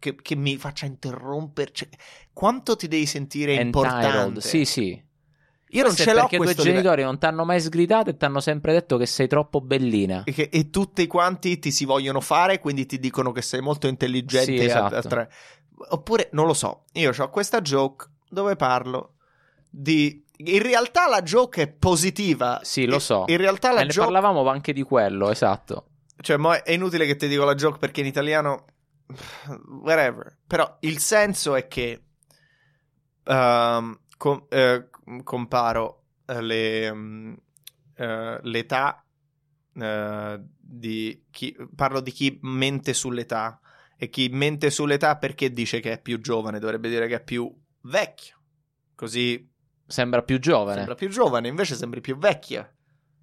[SPEAKER 2] Che, che mi faccia interrompere. Cioè, quanto ti devi sentire
[SPEAKER 3] Entitled.
[SPEAKER 2] importante?
[SPEAKER 3] Sì, sì.
[SPEAKER 2] Io non
[SPEAKER 3] Questo è
[SPEAKER 2] ce l'ho
[SPEAKER 3] perché i tuoi
[SPEAKER 2] questo
[SPEAKER 3] genitori non ti hanno mai sgridato e ti hanno sempre detto che sei troppo bellina.
[SPEAKER 2] E, che- e tutti quanti ti si vogliono fare, quindi ti dicono che sei molto intelligente.
[SPEAKER 3] Sì,
[SPEAKER 2] a-
[SPEAKER 3] esatto.
[SPEAKER 2] a tre. Oppure, non lo so, io ho questa joke dove parlo di... In realtà la joke è positiva.
[SPEAKER 3] Sì, lo so.
[SPEAKER 2] In realtà
[SPEAKER 3] E
[SPEAKER 2] la
[SPEAKER 3] ne
[SPEAKER 2] joke...
[SPEAKER 3] parlavamo anche di quello, esatto.
[SPEAKER 2] Cioè, mo è è inutile che ti dico la joke perché in italiano... Whatever. Però il senso è che... ehm, com- eh, comparo eh, le, mm, eh, l'età eh, di chi... Parlo di chi mente sull'età. E chi mente sull'età perché dice che è più giovane? Dovrebbe dire che è più vecchio. Così
[SPEAKER 3] Sembra più giovane.
[SPEAKER 2] Sembra più giovane, invece sembri più vecchia.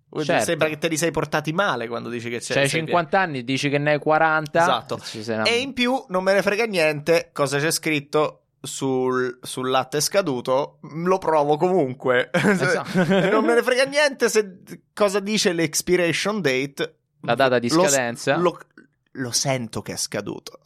[SPEAKER 2] Vuol dire,
[SPEAKER 3] Certo.
[SPEAKER 2] Sembra che te li sei portati male quando dici che c'è.
[SPEAKER 3] Cioè, hai
[SPEAKER 2] sei
[SPEAKER 3] 50 anni, dici che ne hai 40.
[SPEAKER 2] Esatto.
[SPEAKER 3] Ci
[SPEAKER 2] via-
[SPEAKER 3] sei una-
[SPEAKER 2] E in più non me ne frega niente cosa c'è scritto sul, sul latte scaduto, mm, lo provo comunque.
[SPEAKER 3] Esatto.
[SPEAKER 2] E non me ne frega niente se cosa dice l'expiration date.
[SPEAKER 3] La data di
[SPEAKER 2] Lo-
[SPEAKER 3] scadenza.
[SPEAKER 2] Lo, lo sento che è scaduto.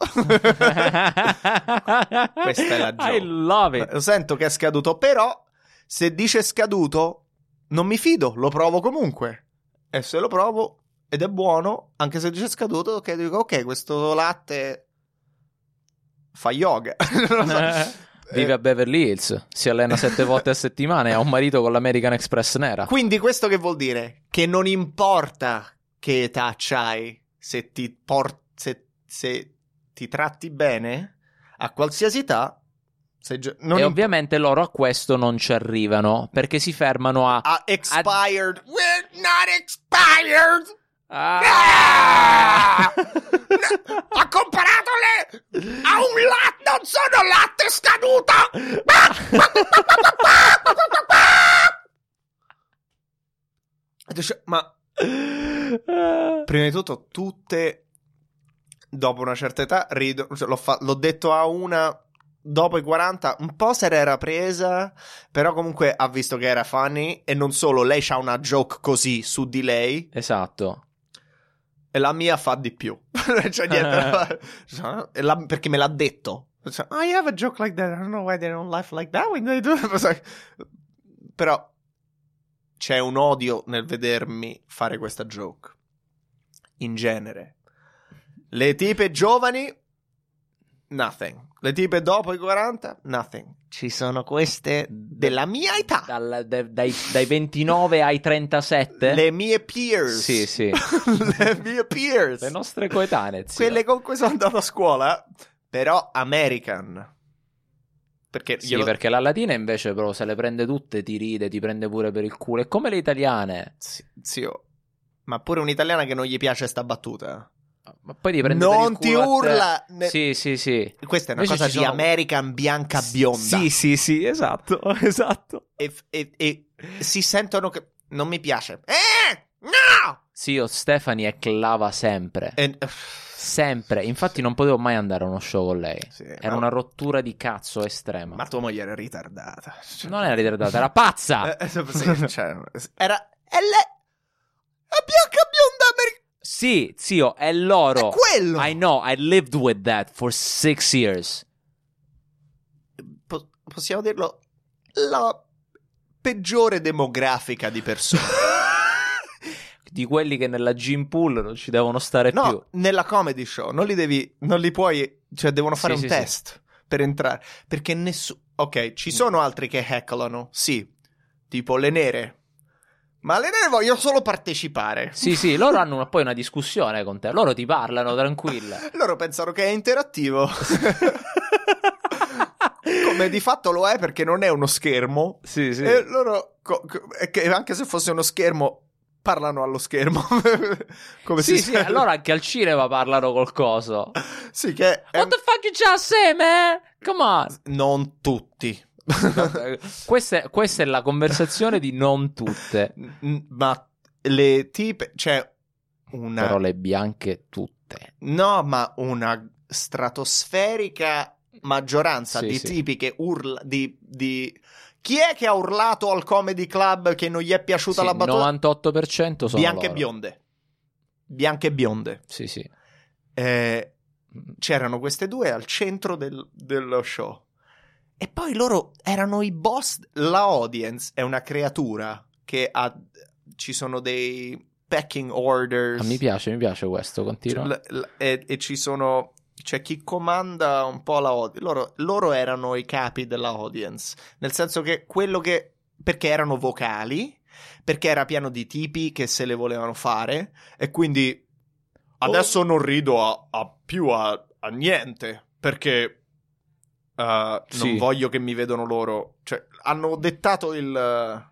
[SPEAKER 3] Questa
[SPEAKER 2] è la joke.
[SPEAKER 3] I love it.
[SPEAKER 2] Lo sento che è scaduto, però se dice scaduto non mi fido, lo provo comunque. E se lo provo ed è buono, anche se dice scaduto, ok, dico ok, questo latte fa yoga. Non lo so.
[SPEAKER 3] Vive
[SPEAKER 2] Eh,
[SPEAKER 3] a Beverly Hills, si allena sette volte a settimana e ha un marito con l'American Express nera.
[SPEAKER 2] Eh, Quindi questo che vuol dire? Che non importa che età c'hai, se ti, por- se, se ti tratti bene, a qualsiasi età, sei gio- non
[SPEAKER 3] e
[SPEAKER 2] imp-
[SPEAKER 3] ovviamente loro a questo non ci arrivano perché si fermano a.
[SPEAKER 2] a expired. We're not expired!
[SPEAKER 3] Ah!
[SPEAKER 2] Ho comparato le a un latte, non sono latte scaduto. Ma prima di tutto, tutte dopo una certa età rido. cioè, l'ho, fa- l'ho detto a una dopo i 40, un po' se l'era presa, però comunque ha visto che era funny. E non solo, lei c'ha una joke così su di lei.
[SPEAKER 3] Esatto.
[SPEAKER 2] E la mia fa di più. Non c'è niente
[SPEAKER 3] Eh.
[SPEAKER 2] da fare. Cioè, e la- perché me l'ha detto. Cioè, I have a joke like that. I don't know why they don't laugh like that when they do. Cioè, Però c'è un odio nel vedermi fare questa joke. In genere. Le tipe giovani, nothing. Le tipe dopo i 40, nothing. Ci sono queste della mia età.
[SPEAKER 3] Dal- da- dai, dai 29 ai 37?
[SPEAKER 2] Le mie peers.
[SPEAKER 3] Sì, sì.
[SPEAKER 2] Le mie peers.
[SPEAKER 3] Le nostre coetanee. zio.
[SPEAKER 2] quelle con cui sono andato a scuola, però American. Perché
[SPEAKER 3] Sì,
[SPEAKER 2] glielo-
[SPEAKER 3] perché la latina invece però se le prende tutte, ti ride, ti prende pure per il culo. È come le italiane.
[SPEAKER 2] Sì, zio. Ma pure un'italiana che non gli piace sta battuta.
[SPEAKER 3] Ma poi ti prende per il
[SPEAKER 2] Non ti
[SPEAKER 3] culo a te.
[SPEAKER 2] urla. ne-
[SPEAKER 3] Sì, sì, sì.
[SPEAKER 2] Questa è una
[SPEAKER 3] Invece
[SPEAKER 2] cosa
[SPEAKER 3] ci
[SPEAKER 2] di
[SPEAKER 3] sono-
[SPEAKER 2] American bianca bionda.
[SPEAKER 3] sì, sì, esatto, esatto.
[SPEAKER 2] E, e- e si sentono che non mi piace. Eh! No!
[SPEAKER 3] Zio Stefani è clava sempre.
[SPEAKER 2] E-
[SPEAKER 3] Sempre. Infatti non potevo mai andare a uno show con lei.
[SPEAKER 2] Sì,
[SPEAKER 3] Era
[SPEAKER 2] Eh, ma-
[SPEAKER 3] una rottura di cazzo estrema.
[SPEAKER 2] Ma tua moglie era ritardata. Cioè-
[SPEAKER 3] Non era ritardata, era pazza.
[SPEAKER 2] Eh, sì, cioè, era... È le... È bianca bionda americana.
[SPEAKER 3] Sì, zio, è loro.
[SPEAKER 2] È quello!
[SPEAKER 3] I know, I lived with that for six years.
[SPEAKER 2] po- possiamo dirlo, la peggiore demografica di persone.
[SPEAKER 3] Di quelli che nella gym pool non ci devono stare
[SPEAKER 2] no,
[SPEAKER 3] più.
[SPEAKER 2] nella comedy show non li devi, non li puoi, cioè devono fare
[SPEAKER 3] Sì,
[SPEAKER 2] un
[SPEAKER 3] sì, Mm. sì.
[SPEAKER 2] test per entrare, perché nessuno... Ok, ci sono altri che hecklano, sì, tipo le nere, ma le nere vogliono solo partecipare.
[SPEAKER 3] Sì, sì, loro hanno una- poi una discussione con te. Loro ti parlano tranquilla.
[SPEAKER 2] Loro pensano che è interattivo. Come di fatto lo è perché non è uno schermo,
[SPEAKER 3] Sì, sì.
[SPEAKER 2] E loro, co- co- e che anche se fosse uno schermo, parlano allo schermo. Come
[SPEAKER 3] sì,
[SPEAKER 2] si
[SPEAKER 3] sì,
[SPEAKER 2] sa-
[SPEAKER 3] allora anche al cinema parlano col coso.
[SPEAKER 2] Sì, che è-
[SPEAKER 3] What the fuck you just say, man? Come on.
[SPEAKER 2] non tutti.
[SPEAKER 3] questa, è, questa è la conversazione di non tutte.
[SPEAKER 2] N- Ma le tipe, cioè, una...
[SPEAKER 3] Però le bianche tutte.
[SPEAKER 2] No, ma una stratosferica maggioranza
[SPEAKER 3] Sì,
[SPEAKER 2] di
[SPEAKER 3] sì.
[SPEAKER 2] tipi che urla... Di, di- Chi è che ha urlato al comedy club che non gli è piaciuta
[SPEAKER 3] Sì,
[SPEAKER 2] la battuta?
[SPEAKER 3] 98% sono
[SPEAKER 2] Bianche e
[SPEAKER 3] loro.
[SPEAKER 2] bionde. Bianche e bionde.
[SPEAKER 3] Sì, sì.
[SPEAKER 2] Eh, c'erano queste due al centro del- dello show. E poi loro erano i boss. La audience è una creatura che ha. Ci sono dei packing orders.
[SPEAKER 3] Ah, mi piace, mi piace questo, continua.
[SPEAKER 2] L- l- Cioè, e, e ci sono. C'è chi comanda un po' la audience. Loro, loro erano i capi della audience. Nel senso che quello che. Perché erano vocali. Perché era pieno di tipi che se le volevano fare. E quindi.
[SPEAKER 3] Oh.
[SPEAKER 2] Adesso non rido a, a più a, a niente. Perché. eh,
[SPEAKER 3] Sì.
[SPEAKER 2] Non voglio che mi vedano loro. Cioè, hanno dettato il. eh,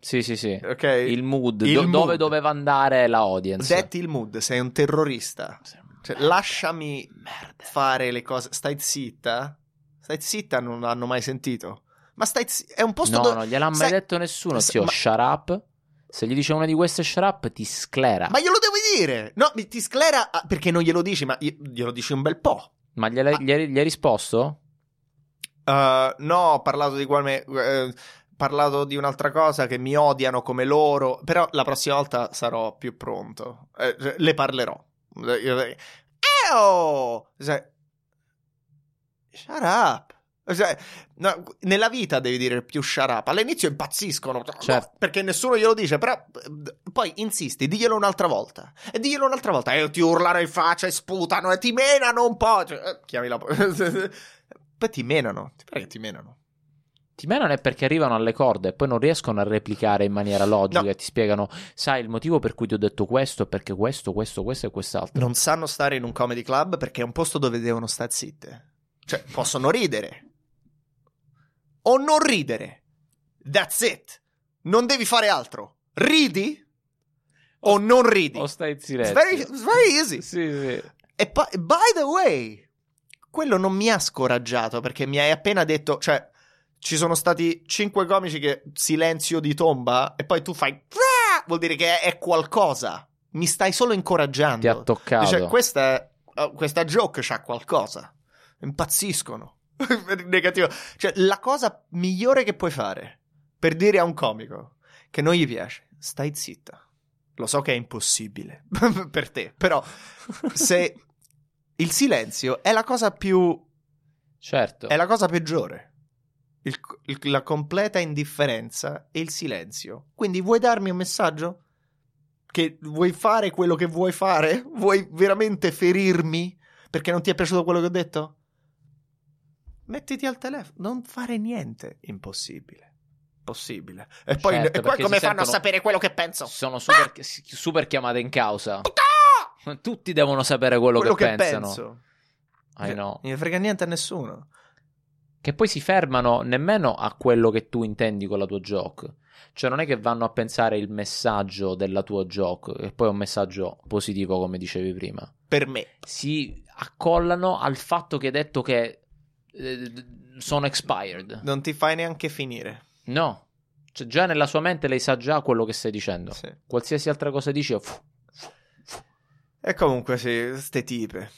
[SPEAKER 3] Sì, sì, sì.
[SPEAKER 2] Ok?
[SPEAKER 3] Il mood,
[SPEAKER 2] Eh, Il
[SPEAKER 3] do- dove
[SPEAKER 2] mood.
[SPEAKER 3] doveva andare la audience.
[SPEAKER 2] Detti il mood. Sei un terrorista. Cioè, lasciami fare le cose. Stai zitta? Stai zitta, non l'hanno mai sentito. Ma stai zitta. È un posto
[SPEAKER 3] No,
[SPEAKER 2] dove.
[SPEAKER 3] non gliel'ha mai
[SPEAKER 2] sai-
[SPEAKER 3] detto nessuno,
[SPEAKER 2] sai-
[SPEAKER 3] zio,
[SPEAKER 2] ma-
[SPEAKER 3] shut up. Se gli dice una di queste shut up, ti sclera.
[SPEAKER 2] Ma glielo devo dire! No, mi- ti sclera ah, perché non glielo dici, ma gli- glielo dici un bel po'.
[SPEAKER 3] Ma gliele-
[SPEAKER 2] Ma-
[SPEAKER 3] gli hai gli hai risposto?
[SPEAKER 2] Eh, no, ho parlato di quale. eh, parlato di un'altra cosa che mi odiano come loro. Però la prossima volta sarò più pronto. Eh, cioè, le parlerò. Eh, io- eh, oh! Cioè, shut up. Cioè, no, nella vita devi dire più shut up. All'inizio impazziscono cioè,
[SPEAKER 3] Certo.
[SPEAKER 2] perché nessuno glielo dice, però eh, poi insisti, diglielo un'altra volta. E diglielo un'altra volta. E ti urlano in faccia e sputano e ti menano un po'. Cioè, eh, chiami la Poi ti menano. Ti prego, ti menano.
[SPEAKER 3] Ti menano è perché arrivano alle corde e poi non riescono a replicare in maniera logica
[SPEAKER 2] No.
[SPEAKER 3] e ti spiegano, sai, il motivo per cui ti ho detto questo è perché questo, questo, questo e quest'altro.
[SPEAKER 2] non sanno stare in un comedy club perché è un posto dove devono stare zitte. Cioè, possono ridere. O non ridere. That's it. Non devi fare altro. Ridi o non ridi.
[SPEAKER 3] O stai in
[SPEAKER 2] It's
[SPEAKER 3] silenzio.
[SPEAKER 2] very, it's very easy.
[SPEAKER 3] Sì, sì.
[SPEAKER 2] E poi, by the way, quello non mi ha scoraggiato perché mi hai appena detto, cioè, ci sono stati cinque comici che silenzio di tomba e poi tu fai... "Ah!" Vuol dire che è, è qualcosa. Mi stai solo incoraggiando.
[SPEAKER 3] Ti ha toccato.
[SPEAKER 2] Dice, questa, oh, questa joke c'ha qualcosa. Impazziscono. Negativo. Cioè, la cosa migliore che puoi fare per dire a un comico che non gli piace, stai zitta. Lo so che è impossibile per te, però se il silenzio è la cosa più
[SPEAKER 3] Certo.
[SPEAKER 2] è la cosa peggiore. Il- il- la completa indifferenza e il silenzio. Quindi vuoi darmi un messaggio? Che vuoi fare quello che vuoi fare? Vuoi veramente ferirmi perché non ti è piaciuto quello che ho detto? Mettiti al telefono, non fare niente. Impossibile. Possibile. E poi,
[SPEAKER 3] Certo,
[SPEAKER 2] e poi
[SPEAKER 3] perché
[SPEAKER 2] come
[SPEAKER 3] si
[SPEAKER 2] fanno a
[SPEAKER 3] sentono-
[SPEAKER 2] sapere quello che penso?
[SPEAKER 3] Sono super,
[SPEAKER 2] Ah!
[SPEAKER 3] super chiamate in causa. Tutti devono sapere quello,
[SPEAKER 2] Quello
[SPEAKER 3] che,
[SPEAKER 2] che,
[SPEAKER 3] pensano.
[SPEAKER 2] penso. Cioè,
[SPEAKER 3] I know.
[SPEAKER 2] Non frega niente a nessuno.
[SPEAKER 3] Che poi si fermano nemmeno a quello che tu intendi con la tua joke. Cioè, non è che vanno a pensare il messaggio della tua joke, che poi è un messaggio positivo, come dicevi prima.
[SPEAKER 2] Per me.
[SPEAKER 3] si accollano al fatto che hai detto che eh, d- sono expired.
[SPEAKER 2] Non ti fai neanche finire.
[SPEAKER 3] No, Cioè, già nella sua mente lei sa già quello che stai dicendo.
[SPEAKER 2] Sì.
[SPEAKER 3] Qualsiasi altra cosa dici, è, "Fu,
[SPEAKER 2] E comunque, sì, ste tipe.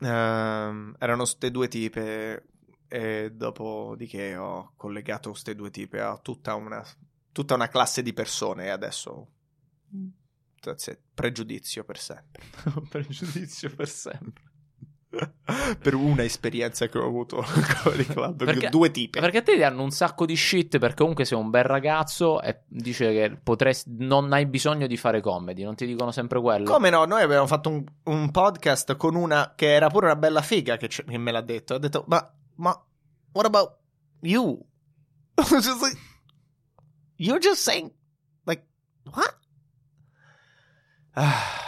[SPEAKER 2] Ehm, erano ste due tipe. E dopodiché ho collegato ste due tipe a tutta una, tutta una classe di persone. E adesso. that's it, Pregiudizio per sempre.
[SPEAKER 3] pregiudizio per sempre.
[SPEAKER 2] per una esperienza che ho avuto con i club.
[SPEAKER 3] Perché-
[SPEAKER 2] due tipe.
[SPEAKER 3] Perché te ti danno un sacco di shit perché comunque sei un bel ragazzo e dice che potresti, non hai bisogno di fare comedy, non ti dicono sempre quello.
[SPEAKER 2] Come no? Noi abbiamo fatto un, un podcast con una che era pure una bella figa che, ce- che me l'ha detto. Ha detto, ma, ma, what about you? Just like, you're just saying, like, what? Ah.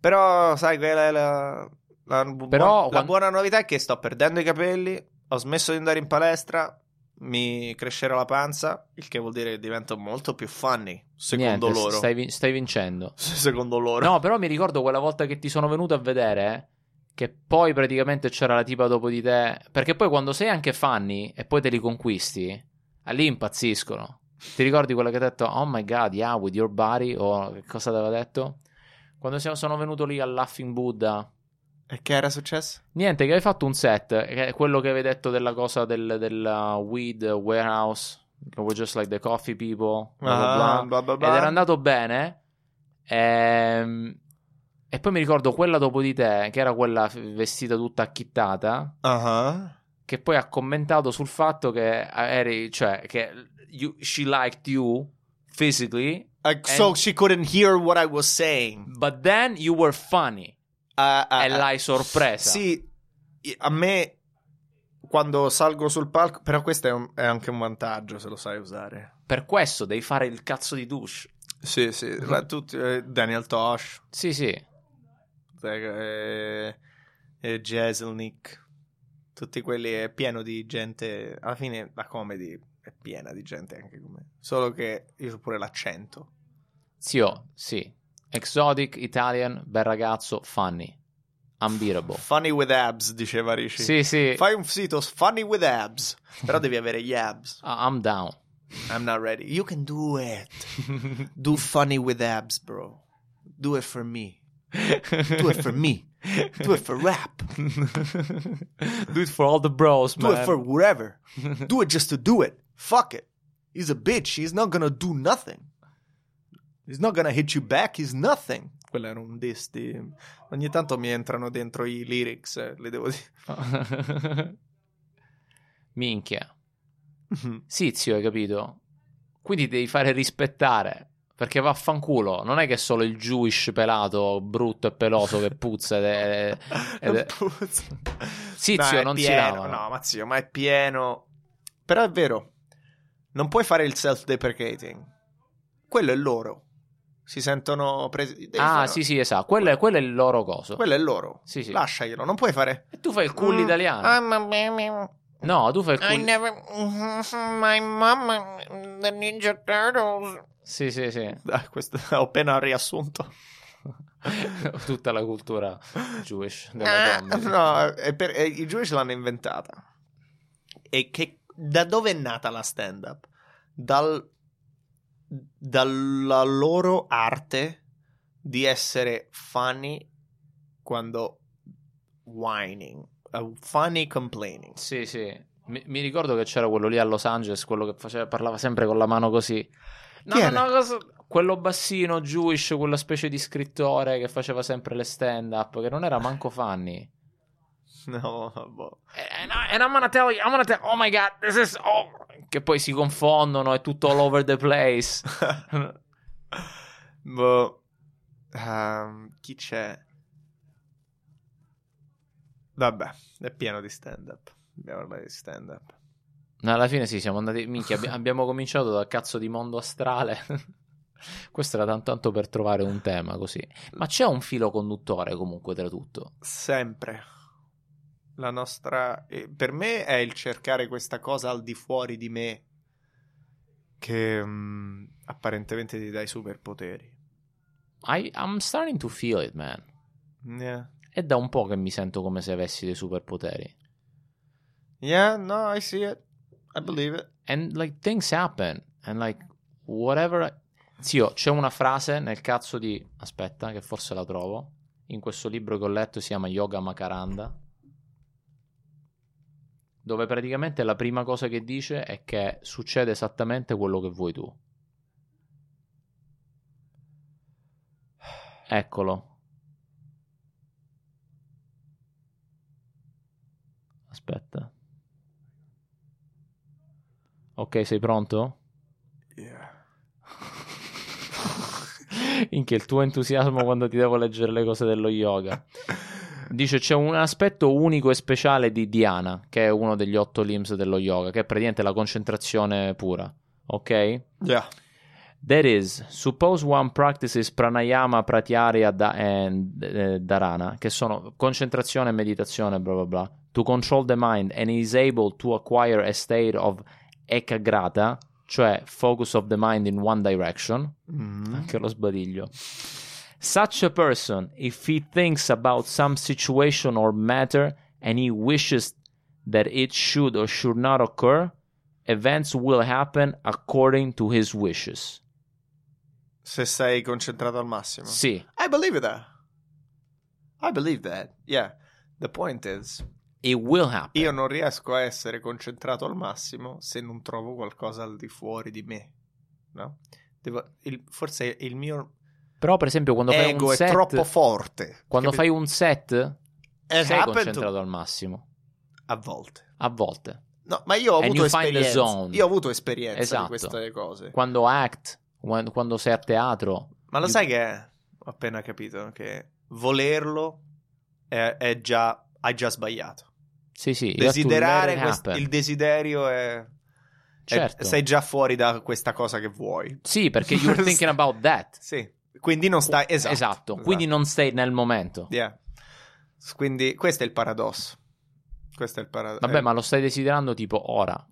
[SPEAKER 2] Però, sai, quella è la, la, bu-
[SPEAKER 3] Però
[SPEAKER 2] buona- la
[SPEAKER 3] quan-
[SPEAKER 2] buona novità è che sto perdendo i capelli, ho smesso di andare in palestra, mi crescerà la panza, il che vuol dire che divento molto più funny, secondo
[SPEAKER 3] Niente,
[SPEAKER 2] loro.
[SPEAKER 3] Stai, vin- stai vincendo.
[SPEAKER 2] Secondo loro.
[SPEAKER 3] No, però mi ricordo quella volta che ti sono venuto a vedere che poi praticamente c'era la tipa dopo di te. Perché poi quando sei anche fanni e poi te li conquisti, ah, lì impazziscono. Ti ricordi quella che ha detto Oh my god, yeah, with your body? O che cosa aveva detto? Quando siamo- sono venuto lì al Laughing Buddha.
[SPEAKER 2] E che era successo?
[SPEAKER 3] Niente, che avevi fatto un set, che è quello che avevi detto della cosa del, della weed warehouse, che we're just like the coffee people, bla bla bla.
[SPEAKER 2] Ah, bla bla bla.
[SPEAKER 3] Ed era andato bene. ehm, e poi mi ricordo quella dopo di te, che era quella f- vestita tutta acchittata,
[SPEAKER 2] Ah.
[SPEAKER 3] che poi ha commentato sul fatto che eri, cioè, che you- she liked you physically,
[SPEAKER 2] Like, Uh, so
[SPEAKER 3] And-
[SPEAKER 2] she couldn't hear what I was saying.
[SPEAKER 3] but then you were funny.
[SPEAKER 2] Ah, ah,
[SPEAKER 3] e
[SPEAKER 2] ah.
[SPEAKER 3] l'hai sorpresa.
[SPEAKER 2] Sì, i- a me quando salgo sul palco, però questo è, un- è anche un vantaggio se lo sai usare.
[SPEAKER 3] Per questo devi fare il cazzo di douche.
[SPEAKER 2] Sì, sì, ma tutti, eh, Daniel Tosh,
[SPEAKER 3] Sì, sì.
[SPEAKER 2] eh, eh, Jeselnik, tutti quelli è pieno di gente, alla fine la comedy è piena di gente anche come, solo che io ho pure l'accento.
[SPEAKER 3] Zio, sì. Exotic, Italian, bel ragazzo, funny. Unbeatable.
[SPEAKER 2] Funny with abs, diceva Rishi.
[SPEAKER 3] Sì, sì.
[SPEAKER 2] Fai un sito funny with abs. Però devi avere gli abs.
[SPEAKER 3] Ah, I'm down.
[SPEAKER 2] I'm not ready. You can do it. Do funny with abs, bro. Do it for me. Do it for me. Do it for rap.
[SPEAKER 3] Do it for all the bros,
[SPEAKER 2] Do it for whatever. Do it just to do it. Fuck it. He's a bitch. He's not gonna do nothing. He's not gonna hit you back. He's nothing. Quello era un diss di... Ogni tanto mi entrano dentro i lyrics, eh, le devo dire.
[SPEAKER 3] Minchia.
[SPEAKER 2] Mm-hmm.
[SPEAKER 3] Sì, zio, hai capito? Quindi devi fare rispettare. Perché vaffanculo, non è che è solo il Jewish pelato, brutto e peloso che puzza. ed è- Eh, ed è-
[SPEAKER 2] Puzza.
[SPEAKER 3] Sì,
[SPEAKER 2] No,
[SPEAKER 3] zio,
[SPEAKER 2] è
[SPEAKER 3] non si
[SPEAKER 2] pieno,
[SPEAKER 3] lavano.
[SPEAKER 2] No, ma zio, ma è pieno. Però è vero, non puoi fare il self-deprecating. Quello è loro. Si sentono presi. devi
[SPEAKER 3] Ah,
[SPEAKER 2] fare-
[SPEAKER 3] sì, sì, esatto. Quello è, quello è il loro coso.
[SPEAKER 2] Quello è loro.
[SPEAKER 3] Sì, sì.
[SPEAKER 2] Lasciaglielo, non puoi fare.
[SPEAKER 3] E tu fai il culo
[SPEAKER 2] Mm, Ah,
[SPEAKER 3] italiano.
[SPEAKER 2] I'm a baby.
[SPEAKER 3] No, tu fai il
[SPEAKER 2] I
[SPEAKER 3] culo.
[SPEAKER 2] never. My mama. The Ninja Turtles.
[SPEAKER 3] Sì, sì, sì.
[SPEAKER 2] Ah, questo ho appena riassunto.
[SPEAKER 3] Tutta la cultura Jewish della
[SPEAKER 2] Ah,
[SPEAKER 3] comedy.
[SPEAKER 2] no, è per- è- i Jewish l'hanno inventata. E che, da dove è nata la stand-up? Dal- dalla loro arte di essere funny quando whining, Uh, funny complaining.
[SPEAKER 3] Sì, sì. Mi, mi ricordo che c'era quello lì a Los Angeles, quello che faceva, parlava sempre con la mano così. No,
[SPEAKER 2] Chi
[SPEAKER 3] no,
[SPEAKER 2] era?
[SPEAKER 3] no, cosa- quello bassino Jewish, quella specie di scrittore che faceva sempre le stand-up, che non era manco Fanny.
[SPEAKER 2] No, boh.
[SPEAKER 3] And, I- and Eh, I'm gonna tell you, I'm gonna tell, oh my god, this is, oh. Che poi si confondono, è tutto all over the place.
[SPEAKER 2] boh. Ehm, chi c'è? Vabbè, è pieno di stand-up. Abbiamo parlato di stand-up.
[SPEAKER 3] No, alla fine sì, siamo andati. Minchia, abbi- abbiamo cominciato dal cazzo di mondo astrale. Questo era tan- tanto per trovare un tema così. Ma c'è un filo conduttore comunque tra tutto.
[SPEAKER 2] sempre la nostra eh, per me è il cercare questa cosa al di fuori di me che mm, apparentemente ti dà i superpoteri
[SPEAKER 3] I- I'm starting to feel it, man.
[SPEAKER 2] yeah
[SPEAKER 3] È da un po' che mi sento come se avessi dei superpoteri.
[SPEAKER 2] yeah no I see it I believe it
[SPEAKER 3] And like things happen. And like whatever. I- Zio, c'è una frase nel cazzo di... Aspetta, che forse la trovo. In questo libro che ho letto si chiama Yoga Makaranda. Dove praticamente la prima cosa che dice è che succede esattamente quello che vuoi tu. Eccolo. Aspetta. Ok, sei pronto?
[SPEAKER 2] Yeah.
[SPEAKER 3] Inché il tuo entusiasmo quando ti devo leggere le cose dello yoga. Dice c'è un aspetto unico e speciale di Diana, che è uno degli otto limbs dello yoga, che è praticamente la concentrazione pura. Ok?
[SPEAKER 2] Yeah.
[SPEAKER 3] That is, suppose one practices pranayama, pratyahara da- and eh, dharana, che sono concentrazione e meditazione, bla bla bla, to control the mind and is able to acquire a state of ekagrata, cioè focus of the mind in one direction,
[SPEAKER 2] Mhm.
[SPEAKER 3] anche lo sbadiglio. Such a person, if he thinks about some situation or matter and he wishes that it should or should not occur, events will happen according to his wishes.
[SPEAKER 2] Se sei concentrato al massimo.
[SPEAKER 3] Sì,
[SPEAKER 2] I believe that. I believe that. Yeah. The point is,
[SPEAKER 3] it will happen.
[SPEAKER 2] io non riesco a essere concentrato al massimo se non trovo qualcosa al di fuori di me. No? Devo- il- forse il mio
[SPEAKER 3] Però, per esempio, quando fai
[SPEAKER 2] ego
[SPEAKER 3] un
[SPEAKER 2] è
[SPEAKER 3] set,
[SPEAKER 2] troppo forte.
[SPEAKER 3] quando
[SPEAKER 2] Capi-
[SPEAKER 3] fai un set,
[SPEAKER 2] Has
[SPEAKER 3] sei
[SPEAKER 2] happened to-
[SPEAKER 3] concentrato al massimo.
[SPEAKER 2] a volte.
[SPEAKER 3] A volte.
[SPEAKER 2] No, ma io ho
[SPEAKER 3] And
[SPEAKER 2] avuto
[SPEAKER 3] you find the
[SPEAKER 2] esperienza.
[SPEAKER 3] zone.
[SPEAKER 2] Io ho avuto esperienza
[SPEAKER 3] Esatto.
[SPEAKER 2] di queste cose.
[SPEAKER 3] Quando act, quan- quando sei a teatro,
[SPEAKER 2] Ma lo
[SPEAKER 3] You-
[SPEAKER 2] sai che è? ho appena capito che volerlo è, è già hai già sbagliato.
[SPEAKER 3] sì, sì, you have to
[SPEAKER 2] Desiderare
[SPEAKER 3] let it
[SPEAKER 2] quest-
[SPEAKER 3] happen.
[SPEAKER 2] il desiderio è, è-
[SPEAKER 3] Certo.
[SPEAKER 2] sei già fuori da questa cosa che vuoi.
[SPEAKER 3] Sì, perché you're thinking about that.
[SPEAKER 2] Sì. Quindi non stai esatto.
[SPEAKER 3] Quindi non stai nel momento.
[SPEAKER 2] Yeah. Quindi questo è il paradosso. Questo è il eh, paradosso.
[SPEAKER 3] Vabbè, ma lo stai desiderando tipo ora.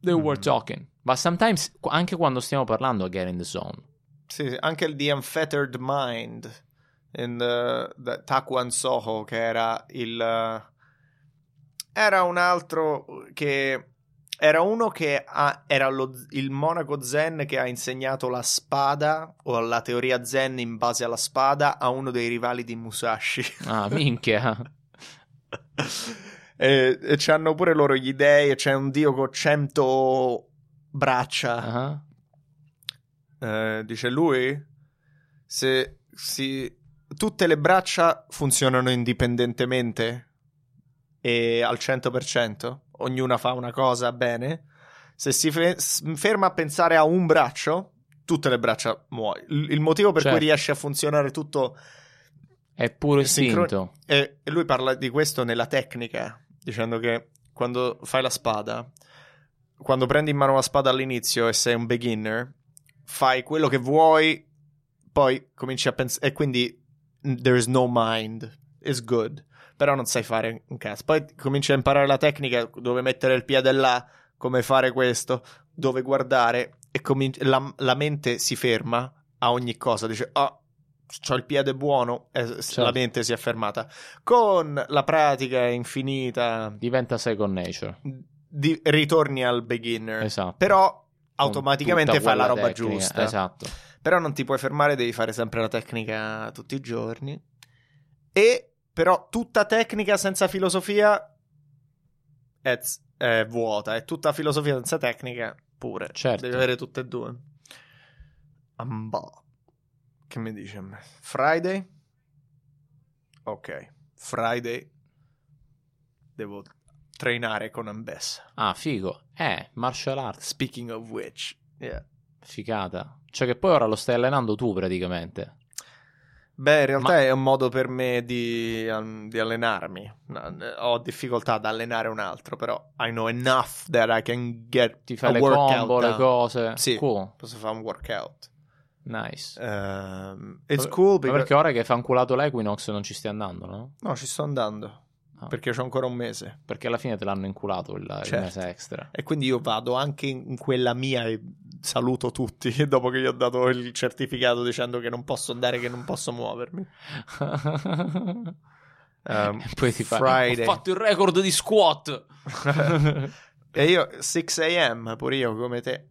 [SPEAKER 3] They were
[SPEAKER 2] Mm.
[SPEAKER 3] talking. Ma sometimes, qu- anche quando stiamo parlando, get in the zone.
[SPEAKER 2] Sì, sì, anche il The Unfettered Mind in the, the Takuan Soho, che era il... eh, era un altro che... Era uno che ha- era lo- il monaco zen che ha insegnato la spada o la teoria zen in base alla spada a uno dei rivali di Musashi.
[SPEAKER 3] Ah, minchia.
[SPEAKER 2] e, e c'hanno pure loro gli dei, e c'è un dio con 100 braccia.
[SPEAKER 3] Ah.
[SPEAKER 2] Eh, dice lui, se si- tutte le braccia funzionano indipendentemente e al 100%, ognuna fa una cosa bene, se si fe- s- ferma a pensare a un braccio, tutte le braccia muoiono. Il, il motivo per
[SPEAKER 3] Certo.
[SPEAKER 2] cui riesce a funzionare tutto
[SPEAKER 3] È puro
[SPEAKER 2] Sincro-
[SPEAKER 3] istinto.
[SPEAKER 2] e, e lui parla di questo nella tecnica, dicendo che quando fai la spada, quando prendi in mano la spada all'inizio e sei un beginner, fai quello che vuoi, poi cominci a pensare. E quindi mm, there is no mind, it's good. Però non sai fare un cazzo. Poi cominci a imparare la tecnica, dove mettere il piede là, come fare questo, dove guardare, e comin- la, la mente si ferma a ogni cosa, dice: Ah, c'ho il piede buono, e s- la mente si è fermata. Con la pratica infinita,
[SPEAKER 3] Diventa second nature.
[SPEAKER 2] di- ritorni al beginner.
[SPEAKER 3] Esatto.
[SPEAKER 2] Però
[SPEAKER 3] Con
[SPEAKER 2] automaticamente
[SPEAKER 3] tutta
[SPEAKER 2] fai la
[SPEAKER 3] quella
[SPEAKER 2] roba
[SPEAKER 3] tecnica.
[SPEAKER 2] giusta.
[SPEAKER 3] Esatto.
[SPEAKER 2] Però non ti puoi fermare, devi fare sempre la tecnica tutti i giorni. E però tutta tecnica senza filosofia è, z- è vuota, e tutta filosofia senza tecnica pure.
[SPEAKER 3] Certo.
[SPEAKER 2] Devi avere tutte e due. Ambò. Che mi dice a me? Friday? Ok, Friday devo trainare con Ambessa.
[SPEAKER 3] Ah, figo. Eh, martial arts.
[SPEAKER 2] Speaking of which, yeah.
[SPEAKER 3] Figata. Cioè che poi ora lo stai allenando tu praticamente.
[SPEAKER 2] Beh, in realtà
[SPEAKER 3] Ma-
[SPEAKER 2] è un modo per me di, um, di allenarmi. No, eh, ho difficoltà ad allenare un altro, però I know enough that I can get
[SPEAKER 3] Ti fai
[SPEAKER 2] a
[SPEAKER 3] le
[SPEAKER 2] workout
[SPEAKER 3] combo, le
[SPEAKER 2] down.
[SPEAKER 3] cose.
[SPEAKER 2] Sì.
[SPEAKER 3] Cool.
[SPEAKER 2] Posso fare un workout.
[SPEAKER 3] Nice.
[SPEAKER 2] Ehm, it's
[SPEAKER 3] Vabbè,
[SPEAKER 2] cool
[SPEAKER 3] Ma
[SPEAKER 2] because...
[SPEAKER 3] perché ora che fa inculato l'Equinox non ci stai andando, no?
[SPEAKER 2] No, ci sto andando,
[SPEAKER 3] Ah.
[SPEAKER 2] perché c'ho ancora un mese.
[SPEAKER 3] Perché alla fine te l'hanno inculato il, il
[SPEAKER 2] Certo.
[SPEAKER 3] mese extra.
[SPEAKER 2] E quindi io vado anche in quella mia e saluto tutti dopo che gli ho dato il certificato dicendo che non posso andare, che non posso muovermi. Ehm,
[SPEAKER 3] E poi ti fa,
[SPEAKER 2] Friday.
[SPEAKER 3] ho fatto il record di squat.
[SPEAKER 2] E io 6 am, pure io come te.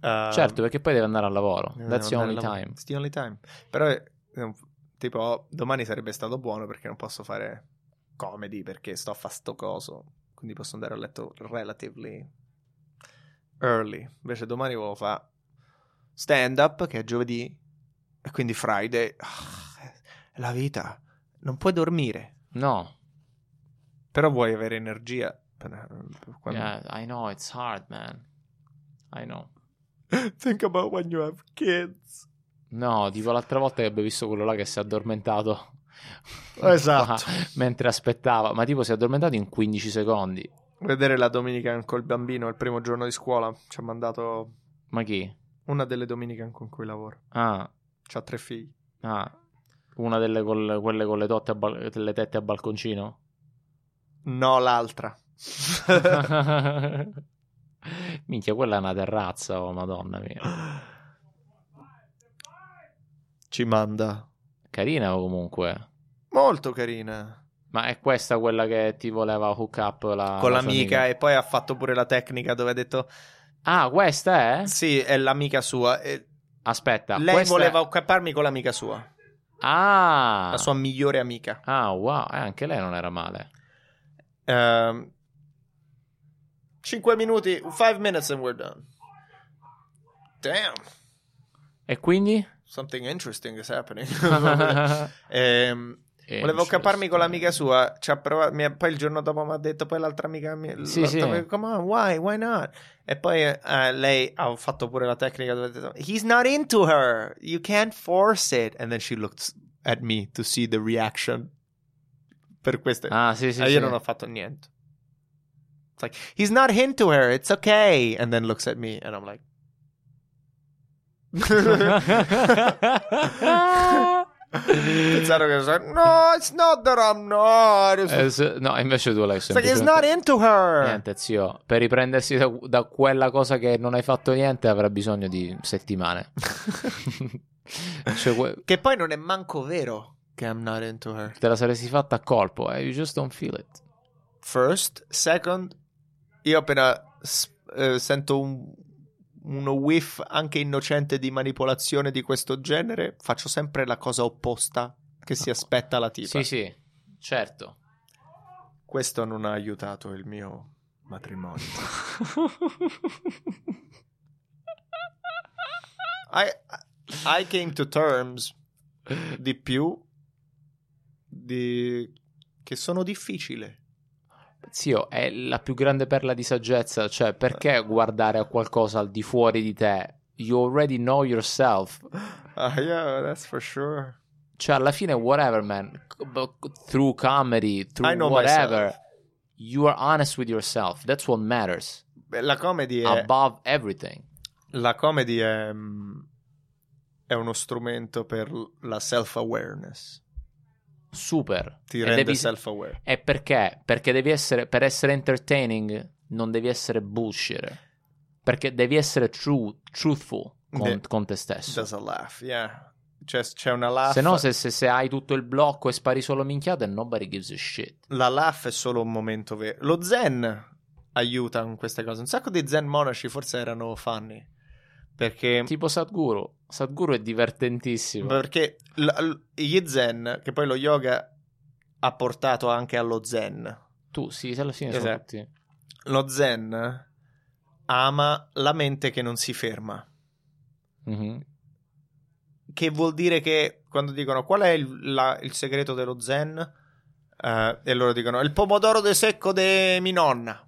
[SPEAKER 2] eh,
[SPEAKER 3] Certo, perché poi deve andare al lavoro.
[SPEAKER 2] eh,
[SPEAKER 3] That's
[SPEAKER 2] andare
[SPEAKER 3] the only
[SPEAKER 2] al lavoro.
[SPEAKER 3] time.
[SPEAKER 2] It's the only time. Però, eh, non- tipo, oh, domani sarebbe stato buono perché non posso fare comedy perché sto a fa sto coso. Quindi posso andare a letto relatively early. Invece domani volevo fare stand up, che è giovedì, e quindi Friday. Ah, è la vita. Non puoi dormire,
[SPEAKER 3] No,
[SPEAKER 2] però vuoi avere energia. per- eh, per quando-
[SPEAKER 3] yeah, I know, it's hard, man. I know.
[SPEAKER 2] Think about when you have kids.
[SPEAKER 3] No, tipo l'altra volta che abbiamo visto quello là che si è addormentato. Ah.
[SPEAKER 2] Esatto.
[SPEAKER 3] Mentre aspettava, ma tipo si è addormentato in 15 secondi.
[SPEAKER 2] Vedere la Dominican col bambino il primo giorno di scuola. Ci ha mandato
[SPEAKER 3] Ma chi?
[SPEAKER 2] una delle Dominican con cui lavoro.
[SPEAKER 3] Ah,
[SPEAKER 2] C'ha tre figli.
[SPEAKER 3] ah, una delle col- quelle con le, totte a bal- le tette a balconcino?
[SPEAKER 2] No, l'altra.
[SPEAKER 3] Minchia, quella è una terrazza, oh madonna mia.
[SPEAKER 2] Ci manda.
[SPEAKER 3] Carina oh, comunque.
[SPEAKER 2] Molto carina.
[SPEAKER 3] Ma è questa quella che ti voleva hook up la,
[SPEAKER 2] con
[SPEAKER 3] Ah, la sua
[SPEAKER 2] l'amica
[SPEAKER 3] amica?
[SPEAKER 2] e poi ha fatto pure la tecnica dove ha detto
[SPEAKER 3] Ah, questa è?
[SPEAKER 2] sì, è l'amica sua. E
[SPEAKER 3] Aspetta,
[SPEAKER 2] lei
[SPEAKER 3] Ah, questa è-
[SPEAKER 2] voleva occuparmi con l'amica sua,
[SPEAKER 3] Ah!
[SPEAKER 2] la sua migliore amica.
[SPEAKER 3] Ah, wow, eh, anche lei non era male.
[SPEAKER 2] 5 Ehm, minuti, 5 minutes and we're done. Damn,
[SPEAKER 3] E quindi? Eh,
[SPEAKER 2] something interesting is happening.
[SPEAKER 3] Volevo
[SPEAKER 2] Ehm, eh, volevo caparmi con l'amica sua, ci ha provato, mi ha- poi il giorno dopo mi ha detto, poi l'altra amica mia,
[SPEAKER 3] Sì,
[SPEAKER 2] l'altra
[SPEAKER 3] sì.
[SPEAKER 2] amica, come on, why, why not? E poi eh, lei ha fatto pure la tecnica dove ha detto, he's not into her, you can't force it. And then she looked at me to see the reaction per queste.
[SPEAKER 3] Ah, sì, sì,
[SPEAKER 2] E
[SPEAKER 3] sì.
[SPEAKER 2] Eh, io non ho fatto niente. It's like, he's not into her, it's okay. And then looks at me and I'm like... Pensato che so- no, it's not that I'm not. It's,
[SPEAKER 3] Eh, se- no, invece tu l'hai
[SPEAKER 2] it's like, he's not
[SPEAKER 3] semplicemente...
[SPEAKER 2] into her.
[SPEAKER 3] Niente, zio, per riprendersi da, da quella cosa che non hai fatto niente avrà bisogno di settimane. cioè, que-
[SPEAKER 2] Che poi non è manco vero che I'm not into her.
[SPEAKER 3] te la saresti fatta a colpo, eh? You just don't feel it.
[SPEAKER 2] First, second, io appena s- eh, sento un- uno whiff anche innocente di manipolazione di questo genere, faccio sempre la cosa opposta che si aspetta la tipa.
[SPEAKER 3] Ah, Sì, sì, certo.
[SPEAKER 2] Questo non ha aiutato il mio matrimonio. I, I came to terms di più di... che sono difficile.
[SPEAKER 3] Zio, è la più grande perla di saggezza, cioè perché guardare a qualcosa al di fuori di te? You already know yourself.
[SPEAKER 2] Ah, yeah, that's for sure.
[SPEAKER 3] Cioè alla fine whatever man, through comedy,
[SPEAKER 2] I
[SPEAKER 3] through
[SPEAKER 2] know
[SPEAKER 3] whatever,
[SPEAKER 2] myself.
[SPEAKER 3] you are honest with yourself. That's what matters.
[SPEAKER 2] Beh, La comedy è...
[SPEAKER 3] Above everything.
[SPEAKER 2] La comedy è... mm, è uno strumento per la self-awareness.
[SPEAKER 3] Super.
[SPEAKER 2] Ti
[SPEAKER 3] E
[SPEAKER 2] rende
[SPEAKER 3] devi-
[SPEAKER 2] self-aware.
[SPEAKER 3] E perché? Perché devi essere, per essere entertaining non devi essere bullshit. Perché devi essere true, truthful con,
[SPEAKER 2] De-
[SPEAKER 3] con te stesso.
[SPEAKER 2] There's a laugh, yeah. C'è, c'è una laugh...
[SPEAKER 3] Se no, se, se- se hai tutto il blocco e spari solo minchiate, nobody gives a shit.
[SPEAKER 2] la laugh è solo un momento vero. Lo zen aiuta con queste cose. Un sacco di zen monaci forse erano fanni. Perché,
[SPEAKER 3] Tipo Sadhguru. Sadhguru è divertentissimo.
[SPEAKER 2] perché l- l- gli zen, che poi lo yoga ha portato anche allo zen.
[SPEAKER 3] tu, sì, alla fine sono
[SPEAKER 2] Esatto.
[SPEAKER 3] tutti.
[SPEAKER 2] Lo zen ama la mente che non si ferma.
[SPEAKER 3] Mhm.
[SPEAKER 2] Che vuol dire che quando dicono qual è il, la- il segreto dello zen, eh, e loro dicono il pomodoro de secco de mi nonna.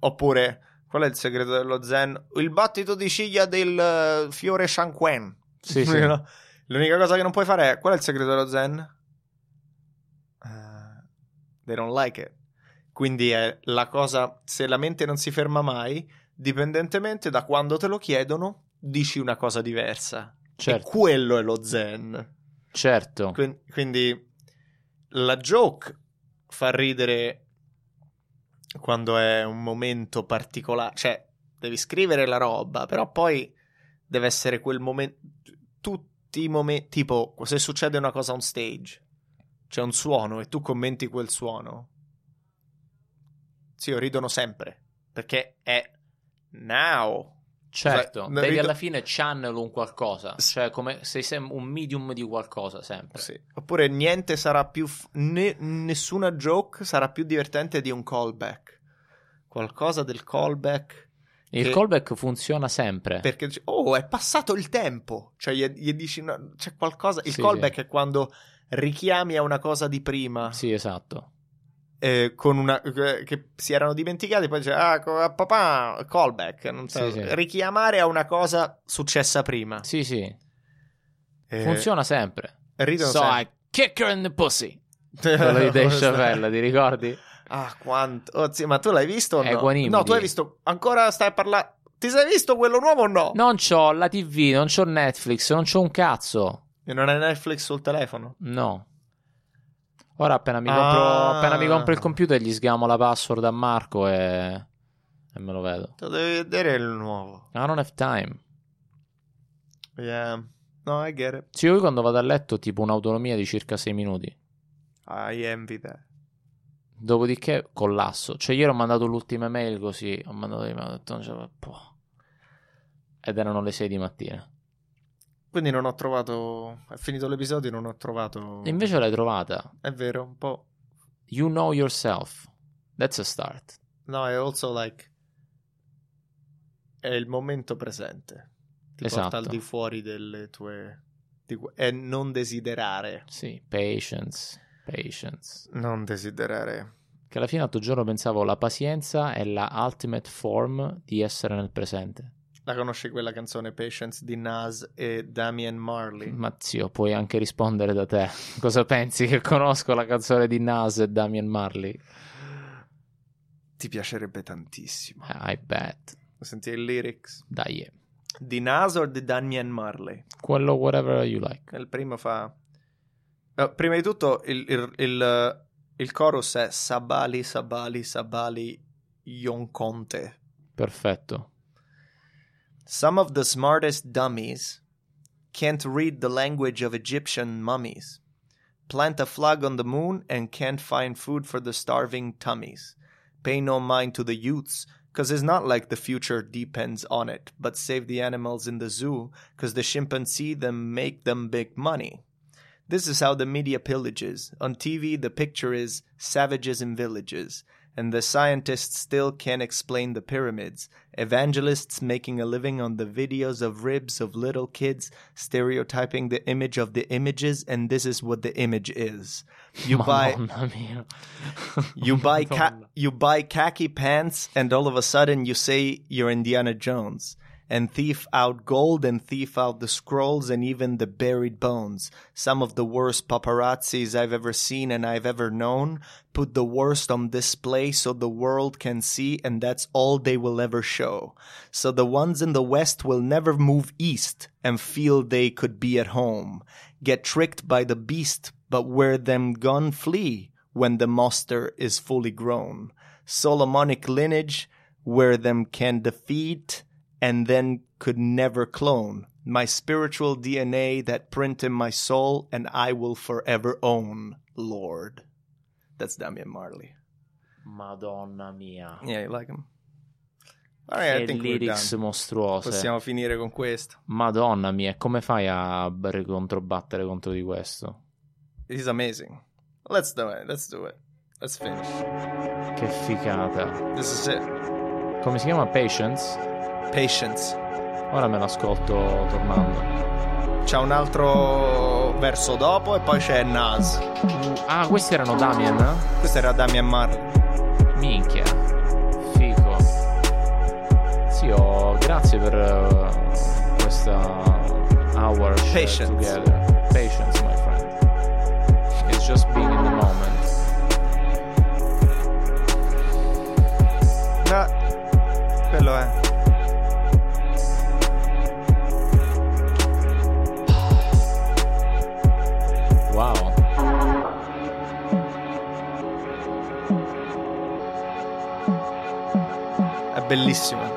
[SPEAKER 2] Oppure qual è il segreto dello zen? Il battito di ciglia del eh, fiore Shanquen.
[SPEAKER 3] Sì, sì.
[SPEAKER 2] No? L'unica cosa che non puoi fare è qual è il segreto dello zen? Eh, they don't like it. Quindi è la cosa, se la mente non si ferma mai, dipendentemente da quando te lo chiedono, dici una cosa diversa.
[SPEAKER 3] Certo,
[SPEAKER 2] E quello è lo zen.
[SPEAKER 3] certo.
[SPEAKER 2] Quin- Quindi la joke fa ridere quando è un momento particolare, cioè devi scrivere la roba, però poi deve essere quel momento tutti i momenti, tipo se succede una cosa on stage, c'è un suono e tu commenti quel suono. Sì, ridono sempre, perché è now
[SPEAKER 3] Certo,
[SPEAKER 2] Sai,
[SPEAKER 3] devi
[SPEAKER 2] rito-
[SPEAKER 3] alla fine channel un qualcosa,
[SPEAKER 2] S-
[SPEAKER 3] cioè come sei sem- un medium di qualcosa sempre.
[SPEAKER 2] Sì. Oppure niente sarà più. f- ne- nessuna joke sarà più divertente di un callback. Qualcosa del callback.
[SPEAKER 3] Il
[SPEAKER 2] Che-
[SPEAKER 3] callback funziona sempre.
[SPEAKER 2] Perché dici, oh, è passato il tempo. Cioè, gli, gli dici, no, c'è qualcosa. Il
[SPEAKER 3] Sì,
[SPEAKER 2] callback
[SPEAKER 3] sì.
[SPEAKER 2] è quando richiami a una cosa di prima.
[SPEAKER 3] Sì, esatto.
[SPEAKER 2] eh, con una, eh, che si erano dimenticati. Poi dice, ah, co- ah, papà, callback. Non so,
[SPEAKER 3] Sì, sì.
[SPEAKER 2] Richiamare a una cosa successa prima.
[SPEAKER 3] Sì, sì,
[SPEAKER 2] Eh,
[SPEAKER 3] funziona sempre.
[SPEAKER 2] Ridono
[SPEAKER 3] so
[SPEAKER 2] sempre. Eh,
[SPEAKER 3] I kick her in the pussy. Quello di Dave Chappelle, ti ricordi?
[SPEAKER 2] Ah, quanto. Oh, zio, ma tu l'hai visto o
[SPEAKER 3] È
[SPEAKER 2] no?
[SPEAKER 3] Guanimidi.
[SPEAKER 2] No, tu hai visto. Ancora stai a parlare. Ti sei visto quello nuovo o no?
[SPEAKER 3] Non c'ho la TV, non c'ho Netflix, non c'ho un cazzo.
[SPEAKER 2] E non hai Netflix sul telefono?
[SPEAKER 3] No. Ora appena mi,
[SPEAKER 2] Ah.
[SPEAKER 3] compro, appena mi compro il computer gli sgamo la password a Marco e, e me lo vedo.
[SPEAKER 2] Te lo devi vedere il nuovo.
[SPEAKER 3] I don't have time.
[SPEAKER 2] Yeah. No, I get it.
[SPEAKER 3] Sì, io quando vado a letto ho tipo un'autonomia di circa 6 minuti.
[SPEAKER 2] I envy that.
[SPEAKER 3] Dopodiché collasso. Cioè, ieri ho mandato l'ultima mail così. Ho mandato l'email, ho detto, non ce la- boh. Ed erano le 6 di mattina.
[SPEAKER 2] Quindi non ho trovato. È finito l'episodio, non ho trovato.
[SPEAKER 3] E invece l'hai trovata.
[SPEAKER 2] È vero, un po'.
[SPEAKER 3] You know yourself. That's a start.
[SPEAKER 2] No, è also like. È il momento presente. Ti
[SPEAKER 3] Esatto.
[SPEAKER 2] porta al di fuori delle tue. di- È non desiderare.
[SPEAKER 3] Sì, patience. Patience.
[SPEAKER 2] Non desiderare.
[SPEAKER 3] Che alla fine l'altro giorno pensavo la pazienza è la ultimate form di essere nel presente.
[SPEAKER 2] La conosci quella canzone Patience di Nas e Damian Marley?
[SPEAKER 3] Ma zio, puoi anche rispondere da te. Cosa pensi che conosco la canzone di Nas e Damian Marley?
[SPEAKER 2] Ti piacerebbe tantissimo.
[SPEAKER 3] I bet.
[SPEAKER 2] Sentire i lyrics
[SPEAKER 3] Dai. eh.
[SPEAKER 2] di Nas o di Damian Marley?
[SPEAKER 3] Quello whatever you like.
[SPEAKER 2] Il primo fa. Eh, prima di tutto, il, il, il- il chorus è Sabali, Sabali, Sabali, Yonconte.
[SPEAKER 3] Perfetto.
[SPEAKER 2] Some of the smartest dummies can't read the language of Egyptian mummies. Plant a flag on the moon and can't find food for the starving tummies. Pay no mind to the youths, 'cause it's not like the future depends on it, but save the animals in the zoo, 'cause the chimpanzee them make them big money. This is how the media pillages. On TV, the picture is savages in villages, and the scientists still can't explain the pyramids. Evangelists making a living on the videos of ribs of little kids, stereotyping the image of the images, and this is what the image is. You buy.
[SPEAKER 3] Madonna mia.
[SPEAKER 2] You buy ca-
[SPEAKER 3] Madonna.
[SPEAKER 2] you buy khaki pants, and all of a sudden you say you're Indiana Jones. And thief out gold, and thief out the scrolls, and even the buried bones. Some of the worst paparazzis I've ever seen and I've ever known put the worst on display so the world can see, and that's all they will ever show. So the ones in the West will never move east and feel they could be at home. Get tricked by the beast, but where them gone flee when the monster is fully grown. Solomonic lineage, where them can defeat and then could never clone. My spiritual DNA that print in my soul and I will forever own, Lord. That's Damian Marley.
[SPEAKER 3] Madonna mia.
[SPEAKER 2] Yeah, you like him? All right, I
[SPEAKER 3] che
[SPEAKER 2] think we're
[SPEAKER 3] lyrics
[SPEAKER 2] done.
[SPEAKER 3] mostruose.
[SPEAKER 2] Possiamo finire con questo.
[SPEAKER 3] Madonna mia, come fai a b- controbattere contro di questo?
[SPEAKER 2] He's amazing. Let's do it. Let's do it. Let's finish.
[SPEAKER 3] Che figata.
[SPEAKER 2] This is it.
[SPEAKER 3] Come si chiama Patience?
[SPEAKER 2] Patience.
[SPEAKER 3] Ora me l'ascolto tornando.
[SPEAKER 2] C'è un altro verso dopo e poi c'è Nas.
[SPEAKER 3] Ah, questi erano Damien? eh?
[SPEAKER 2] Questo era Damian Marley.
[SPEAKER 3] Minchia. Fico. Zio, grazie per eh, questa hour shared
[SPEAKER 2] Patience.
[SPEAKER 3] together. Patience, my friend. It's just being in the moment.
[SPEAKER 2] No, quello è.
[SPEAKER 3] Wow.
[SPEAKER 2] È bellissimo.